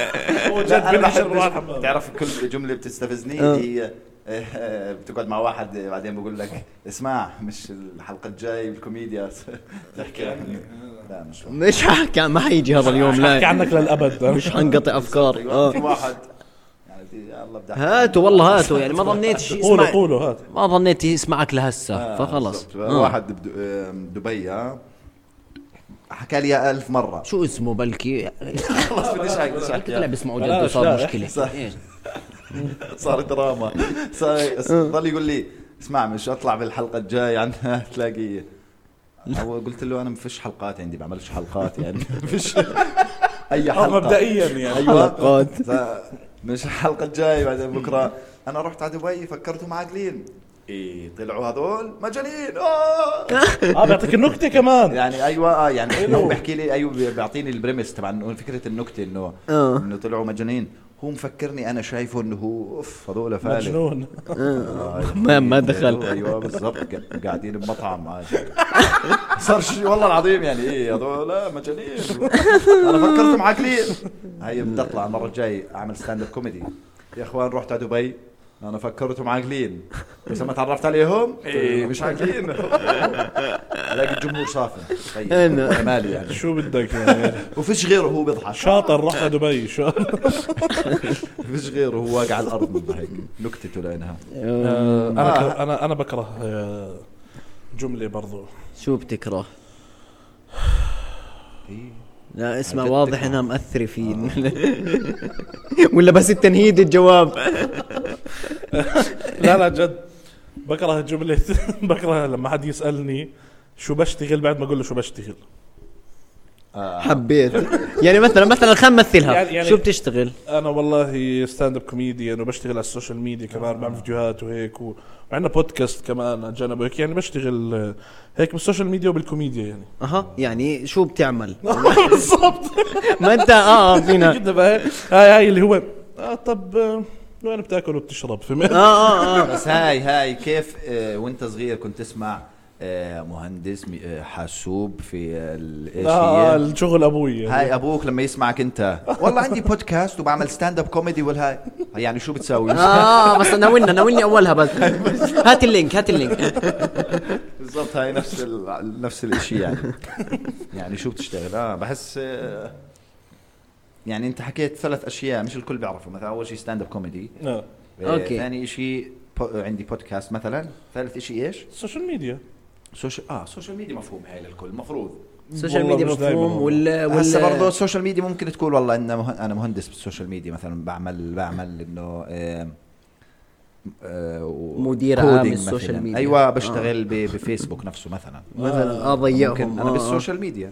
S3: هو جد
S2: لا، أنا
S3: بدي
S2: بحب-
S3: شروع الحمام
S2: بتعرف كل جمله بتستفزني اللي هي آه، بتقعد مع واحد بعدين بقول لك اسمع مش الحلقه الجاي بالكوميديا <laughs> تحكي عن لا مش هو.
S4: مش ححكي ما حيجي هذا اليوم
S3: احكي
S4: لا
S3: عنك
S4: <laughs>
S3: للابد
S4: مش حنقطع افكار
S2: أيوة، في
S4: اه
S2: واحد يعني بدي- يلا بدي أحكي.
S4: هاتوا والله هاتوا يعني ما ظنيت شيء
S3: قولوا
S4: اسمع
S3: قولوا هات
S4: ما ظنيت يسمعك لهسه
S2: آه،
S4: فخلص
S2: بالضبط.
S4: آه.
S2: واحد بدو- آه، دبي آه. حكى لي إياه ألف مرة
S4: آه. شو اسمه بلكي
S2: خلص بديش أحكي بديش
S4: بلكي طلع
S2: أحكي
S4: بيسمعوا
S3: بلاش،
S4: جد صار
S3: لا،
S4: مشكله
S2: صح.
S4: ايش
S2: صار دراما
S3: <laughs>
S2: صار ضل يقول لي اسمع مش اطلع بالحلقه الجاي عنها <laughs> تلاقي هو قلت له انا ما فيش حلقات عندي بعملش حلقات
S3: <laughs>
S2: يعني ما فيش اي
S3: أو
S2: حلقه
S3: مبدئيا يعني
S2: حلقات مش الحلقه الجايه بعدين بكره انا رحت على دبي فكرتهم عاقلين ايه طلعوا هذول مجانين آه!
S3: اه بيعطيك النكته كمان
S2: يعني ايوه آه، يعني هو بيحكي لي ايوه بي- بيعطيني البريمس تبع إنه فكره النكته انه
S4: آه.
S2: انه طلعوا مجانين هو مفكرني انا شايفه انه هو اوف هذول فالح
S3: مجنون <laughs>
S4: ما- ما دخل.
S2: ايوه أيوة. بالضبط ق- قاعدين بمطعم عاد. صار شيء والله العظيم يعني ايه هذول لا مجانين انا فكرتهم عاقلين هي بدي اطلع المره الجاي اعمل ستاند اب كوميدي يا اخوان رحت على دبي انا فكرتهم عاقلين بس لما تعرفت عليهم ايه مش عاقلين الاقي الجمهور صافي تخيل
S4: أنا-
S2: مالي يعني
S3: شو بدك يعني
S2: وفيش غيره هو بيضحك
S3: شاطر راح على دبي <laughs> شاطر
S2: فيش غيره هو واقع على الارض من هيك نكتته لانها
S3: انا كر- انا انا بكره آه، جمله
S4: <laughs>
S3: برضو
S4: شو بتكره
S2: إيه.
S4: لا اسمع
S2: عن جد
S4: واضح
S2: تكره.
S4: انها مأثرة فيه
S3: آه.
S4: <laughs> ولا بس التنهيد الجواب
S3: لا لا جد بكره جمله <laughs> بكره لما حد يسالني شو بشتغل بعد ما اقول له شو بشتغل
S4: حبيت يعني مثلا مثلا خلينا
S3: يعني-
S4: نمثلها
S3: يعني-
S4: شو بتشتغل
S3: انا والله ستاند اب كوميديان وبشتغل على السوشيال ميديا كمان بعمل فيديوهات وهيك و- وعندنا بودكاست كمان على جنب وهيك يعني بشتغل آه، هيك بالسوشيال ميديا وبالكوميديا يعني
S4: اها يعني شو بتعمل
S3: بالضبط
S4: ما انت اه آه،
S3: <laughs>
S4: فينا
S3: كده بقى هاي هاي اللي هو آه طب آه، وين بتاكل وبتشرب <laughs> في
S4: اه اه اه
S2: بس هاي هاي كيف آه، وانت صغير كنت تسمع آه، مهندس مي- آه، حاسوب في ال- إيه إيش
S3: آه
S2: هي؟
S3: الشغل ابوي يعني.
S2: هاي ابوك لما يسمعك انت والله عندي بودكاست وبعمل ستاند اب كوميدي والهاي يعني شو بتسوي؟
S4: اه بس ناولنا ناولني اولها
S3: <laughs>
S4: بس هات اللينك هات اللينك
S2: بالضبط هاي نفس ال... نفس الشيء يعني يعني شو بتشتغل؟ اه بحس آه، يعني انت حكيت ثلاث اشياء مش الكل بيعرفوا مثلا اول شيء ستاند اب كوميدي
S3: آه.
S2: آه،
S4: أوكي.
S2: ثاني شيء بو- عندي بودكاست مثلا ثالث شيء ايش؟
S3: السوشيال ميديا
S2: سوشيال اه سوشيال ميديا مفهوم هاي للكل المفروض
S4: السوشيال
S3: والله
S4: ميديا
S3: مش دايماً
S4: مفهوم آه،
S3: والله.
S4: ولا
S2: هسه برضه
S4: ولا
S2: السوشيال ميديا ممكن تقول والله ان مه... انا مهندس بالسوشيال ميديا مثلا بعمل بعمل انه آم، آه، و-
S4: مدير
S2: coding
S4: عام
S2: مثلاً.
S4: السوشيال ميديا. آه.
S2: ايوه بشتغل ب... بفيسبوك نفسه مثلا
S4: مثلا اه
S2: ممكن
S4: ضيعهم
S2: انا
S4: آه، آه.
S2: بالسوشيال ميديا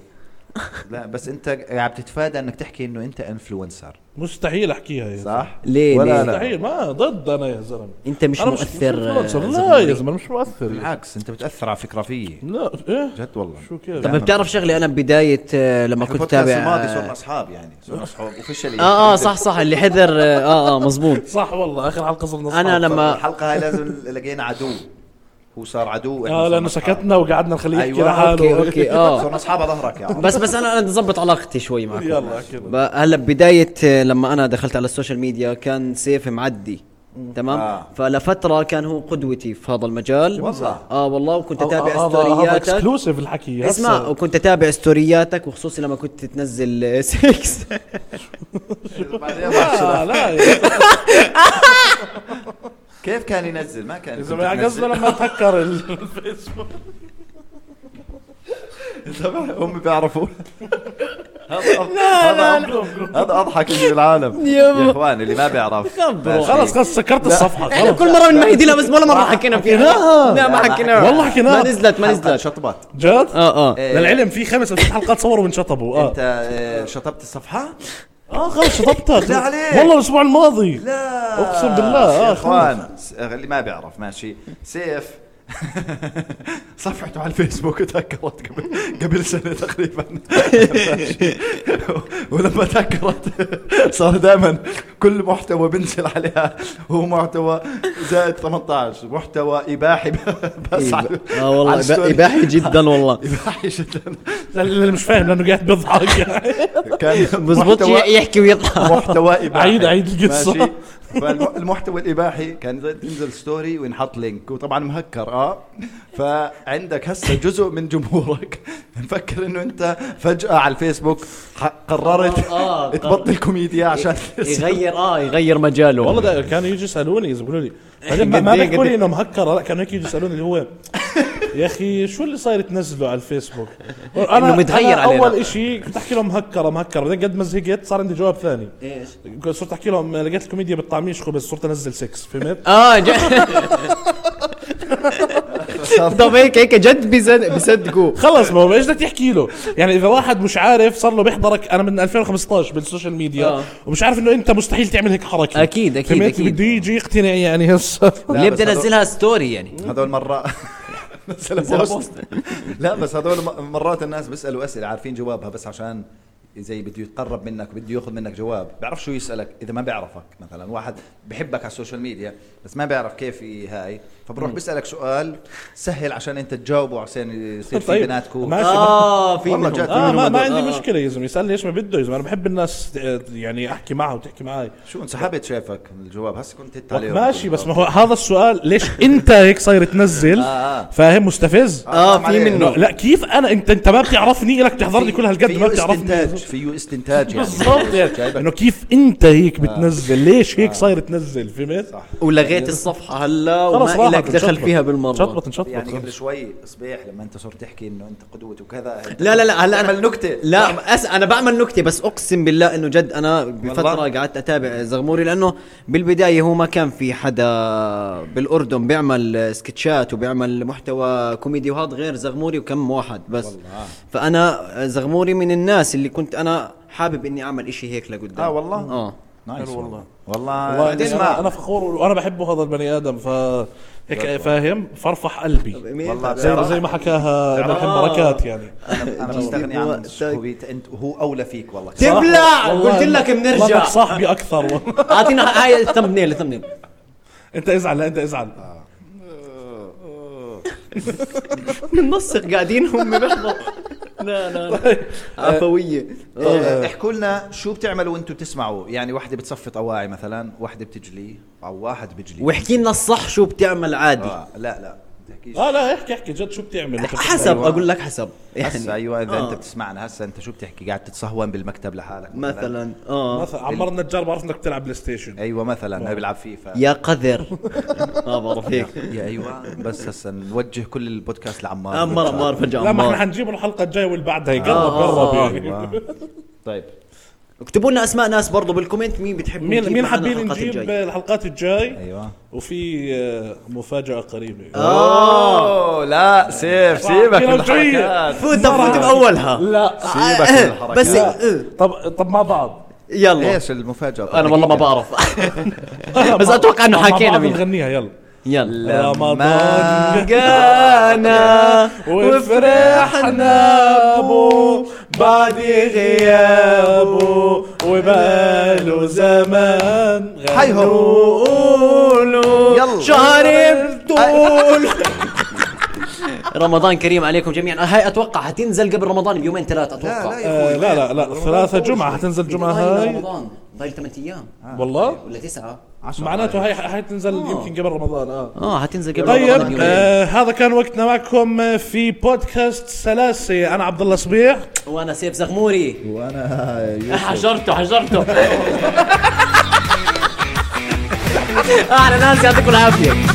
S2: لا بس انت عم تتفادى انك تحكي انه انت انفلونسر
S3: مستحيل احكيها يا زلمة.
S2: صح؟
S4: ليه- ليه؟
S2: ولا لا
S3: مستحيل ما ضد انا يا زلمه
S4: انت مش
S3: أنا
S4: مؤثر آه،
S3: influencer. لا
S4: زمهوري.
S3: يا زلمه مش مؤثر
S2: بالعكس انت بتاثر على فكره فيي
S3: لا ايه
S2: جد والله
S3: شو كيف؟
S4: طب بتعرف شغله انا بدايه آه، لما كنت
S2: البودكاست
S4: تابع
S2: الماضي
S4: آه،
S2: صرنا اصحاب يعني صرنا اصحاب اوفشلي
S4: اه اه صح صح اللي حذر آه، اه اه مزبوط
S3: صح والله اخر حلقه صرنا أصحاب.
S4: انا لما
S2: الحلقه هاي لازم لقينا عدو هو صار عدو إحنا
S3: اه
S2: صرنا
S3: لانه
S2: أصحاب.
S3: سكتنا وقعدنا نخليه يحكي
S2: أيوة،
S3: لحاله آه،
S4: اوكي اوكي
S3: <laughs>
S4: اه
S2: صرنا اصحاب على ظهرك يا عمر
S4: بس بس انا انا بدي اظبط علاقتي شوي معكم
S3: يلا احكي لنا.
S4: ب- هلا بداية آه، لما انا دخلت على السوشيال ميديا كان سيف معدي تمام
S2: آه.
S4: آه. فلفترة كان هو قدوتي في هذا المجال
S2: والله.
S4: اه والله وكنت
S3: هذا-
S4: اتابع
S3: هذا- هذا
S4: ستورياتك
S3: اكسكلوسيف الحكي
S4: اسمع
S3: هسا.
S4: وكنت اتابع ستورياتك وخصوصي لما كنت <laughs> تنزل آه، 6
S2: بعدين بعرف
S3: آه، لا يا
S2: كيف كان ينزل ما كان
S3: زلمه يعني قصدي لما تهكر
S2: <laughs>
S3: ال-
S2: هم بيعرفوا هذا هذا اضحك شيء
S3: <laughs>
S2: بالعالم
S4: يابا.
S2: يا اخوان اللي ما بيعرف إيه.
S4: خبروا.
S3: خلاص خلاص سكرت الصفحه
S4: احنا
S3: خلاص
S4: كل مره بنمهدي لها بس ولا مره حكينا فيها
S2: حكيناها.
S4: لا ما حكيناها
S3: والله حكيناها.
S4: ما نزلت ما
S2: حلقة
S4: نزلت
S2: شطبت إيه،
S3: جد؟
S4: اه اه
S3: للعلم في خمس او ست حلقات صوروا وانشطبوا اه
S2: انت آه، شطبت الصفحه؟
S3: اه خلص شطبتها
S2: بالله عليك.
S3: والله الاسبوع الماضي
S2: لا
S3: أقسم بالله،
S2: يا
S3: آه،
S2: اخوان س- اللي ما بيعرف ماشي سيف <laughs> صفحته على الفيسبوك تهكرت قبل قبل سنه تقريبا <laughs> ماشي. ولما تهكرت صار دائما كل محتوى بنزل عليها هو محتوى زائد 18 محتوى اباحي <laughs> بس على
S3: آه،
S4: اه والله
S2: على
S4: إبا-
S2: الستوري.
S4: اباحي جدا
S2: <laughs>
S4: والله
S2: اباحي
S3: <laughs>
S2: جدا
S3: اللي مش فاهم لانه قاعد بيضحك
S2: كان
S4: مزبوط
S2: محتوى-
S4: يحكي ويضحك
S2: محتوى اباحي
S3: <laughs> عيد- عيد القصة. <laughs>
S2: ماشي فالمحتوى الاباحي كان زي تنزل ستوري وينحط لينك وطبعا مهكر اه فعندك هسه جزء من جمهورك <laughs> مفكر انه انت فجاه على الفيسبوك ح- قررت
S4: آه، آه،
S2: <laughs> تبطل كوميديا عشان
S4: يغير اه يغير مجاله
S3: والله ده كانوا يجوا يسالوني يقولوا
S4: <laughs>
S3: لي بعدين ما- ما
S4: قد إيه-
S3: بيحكوا
S4: قد
S3: لي
S4: إيه.
S3: انه مهكر لا كانوا هيك يجوا يسالوني
S4: <laughs>
S3: اللي هو يا اخي شو اللي صاير تنزله على الفيسبوك؟ انا
S4: إنه متغير
S3: أنا
S4: علينا.
S3: اول شيء كنت احكي لهم مهكره مهكره بعدين قد ما زهقت صار عندي جواب ثاني
S4: ايش؟
S3: صرت احكي لهم لقيت الكوميديا بتطعميش خبز صرت انزل سكس فهمت؟
S4: اه ج- طب هيك هيك جد بيصد- بيصدقوا
S3: خلص ما هو ايش بدك تحكي له؟ يعني اذا واحد مش عارف صار له بيحضرك انا من 2015 بالسوشيال ميديا
S4: آه.
S3: ومش عارف انه انت مستحيل تعمل هيك حركه
S4: أكيد- أكيد-
S3: فهمت؟
S4: أكيد.
S3: بده يجي يقتنع يعني <laughs> هسه
S4: ليه بدي
S2: بس هذول-
S4: انزلها ستوري يعني
S2: هذول
S3: <laughs>
S2: مرات نزل بوست لا بس هذول م- مرات الناس بيسالوا اسئله عارفين جوابها بس عشان زي بده يتقرب منك بده ياخذ منك جواب بيعرف شو يسالك اذا ما بيعرفك مثلا واحد بحبك على السوشيال ميديا بس ما بيعرف كيف ي- هاي فبروح بيسالك سؤال سهل عشان انت تجاوبه عشان يصير في
S3: طيب،
S2: بيناتكم آه،
S3: ماشي.
S4: اه في
S2: والله
S4: منهم.
S2: جد.
S3: اه ما, ما
S4: هدول.
S3: عندي
S4: آه.
S3: مشكله يا زلمه يسالني ايش ما بده يا زلمه انا بحب الناس ت- يعني احكي معها وتحكي معي
S2: شو انسحبت شايفك من الجواب هسه كنت تت عليه
S3: ماشي بس ما هو هذا السؤال ليش انت هيك صاير تنزل
S2: آه.
S3: فاهم مستفز
S4: اه في
S2: عليه.
S4: منه
S3: آه، لا كيف انا انت انت ما بتعرفني لك تحضرني كل هالقد ما
S2: فيه استنتاج
S3: بتعرفني
S2: فيه استنتاج يعني
S3: بالضبط يعني
S2: جايبك-
S3: انه كيف انت هيك بتنزل ليش هيك صاير تنزل فهمت
S2: صح.
S4: ولغيت الصفحه هلا
S3: خلص
S4: وما
S3: راحت
S4: لك دخل
S3: انشطبت.
S4: فيها بالمره
S3: انشطبت انشطبت
S2: يعني قبل
S3: خلص.
S2: شوي صبيح لما انت صرت تحكي انه انت قدوه وكذا
S4: لا لا لا هلا
S2: تعمل نكته
S4: لا أس... انا بعمل نكته بس اقسم بالله انه جد انا بفتره
S2: والله.
S4: قعدت اتابع زغموري لانه بالبدايه هو ما كان في حدا بالاردن بيعمل سكتشات وبيعمل محتوى كوميدي وهذا غير زغموري وكم واحد بس فانا زغموري من الناس اللي كنت انا حابب اني اعمل إشي هيك لقدام
S2: اه والله
S4: اه
S2: نايس
S3: حلو والله.
S2: والله
S3: والله
S2: والله
S3: يعني
S2: اسمع
S3: انا انا فخور وانا بحبه هذا البني ادم ف هيك فاهم فرفح قلبي
S2: والله
S3: زي
S2: بتعرف-
S3: زي ما حكاها مرحب
S4: آه.
S3: بركات يعني
S2: انا انا مستغني عن صحوبيتك انت هو اولى فيك والله
S4: تبلع
S3: والله
S4: قلت لك
S3: والله إنك
S4: بنرجع
S3: صاحبي اكثر <laughs>
S4: اعطينا هاي الثمبنيل الثمبنيل
S3: انت ازعل لا انت ازعل
S4: آه. بننسق قاعدين هم بيحضروا لا لا لا عفويه
S2: آه، احكوا لنا شو بتعملوا وانتم بتسمعوا يعني وحده بتصفط اواعي مثلا وحده بتجلي او واحد بجلي
S4: واحكي لنا الصح شو بتعمل عادي
S2: آه لا لا بتحكيش
S3: اه لا احكي احكي جد شو بتعمل انت
S4: حسب اقول لك حسب
S2: هسه
S4: يعني
S2: ايوه اذا
S4: آه.
S2: انت بتسمعنا هسه انت شو بتحكي قاعد تتصهون بالمكتب لحالك
S4: مثلا اه
S3: مثلا عمار النجار بعرف انك بتلعب بلاي ستيشن
S4: إيه،
S2: ايوه
S3: آه.
S2: مثلا هاي بيلعب فيفا
S4: يا قذر ما بعرف هيك
S2: يا ايوه بس هسه نوجه كل البودكاست لعمار
S4: آه، مرة مرة فجأة
S3: لا ما احنا
S4: عمار
S3: حنجيبه الحلقه الجايه واللي بعدها يقرب
S4: آه،
S3: قرب
S4: آه،
S3: يعني
S2: أيوة. طيب
S4: اكتبوا لنا اسماء ناس برضو بالكومنت مين بتحب
S3: مين
S4: نجيب
S3: مين
S4: معنا
S3: حابين
S4: الحلقات
S3: نجيب
S4: الجاية. أيوه.
S3: الحلقات الجاي
S2: ايوه
S3: وفي آه، مفاجاه قريبه
S4: آه.
S2: اوه لا سيف سيبك من
S3: كيلو
S2: الحركات
S4: فوت فوت باولها
S3: لا آه،
S2: سيبك من الحركات.
S4: إيه، بس
S2: لا.
S4: آه،
S3: طب طب مع بعض
S4: يلا
S2: ايش المفاجاه
S4: انا والله ما بعرف <laughs> بس اتوقع انه
S3: مع
S4: حكينا
S3: بعض
S4: مين
S3: نغنيها يلا
S4: يلا
S2: ما
S4: <laughs>
S3: رمضان
S4: لقانا
S3: وفرحنا بو بعد غيابه وبقاله زمان
S2: هاي هو
S4: قولوا
S2: يلا.
S4: شهر
S2: <laughs>
S4: بطول رمضان كريم عليكم جميعا هاي اتوقع حتنزل قبل رمضان بيومين ثلاثة اتوقع
S2: لا،
S3: آه، لا لا لا ثلاثة جمعة حتنزل الجمعة هاي
S4: رمضان ضايل ثمان ايام
S3: والله
S4: ولا تسعة
S3: معناته هاي حتنزل
S2: آه.
S3: يمكن قبل رمضان اه
S4: اه حتنزل قبل رمضان
S3: طيب
S4: بيومين.
S3: آه هذا كان وقتنا معكم في بودكاست سلاسة انا عبد الله صبيح
S4: وانا سيف زغموري أيوة.
S2: وانا
S4: حجرته حجرته اهلا ناس يعطيكم العافية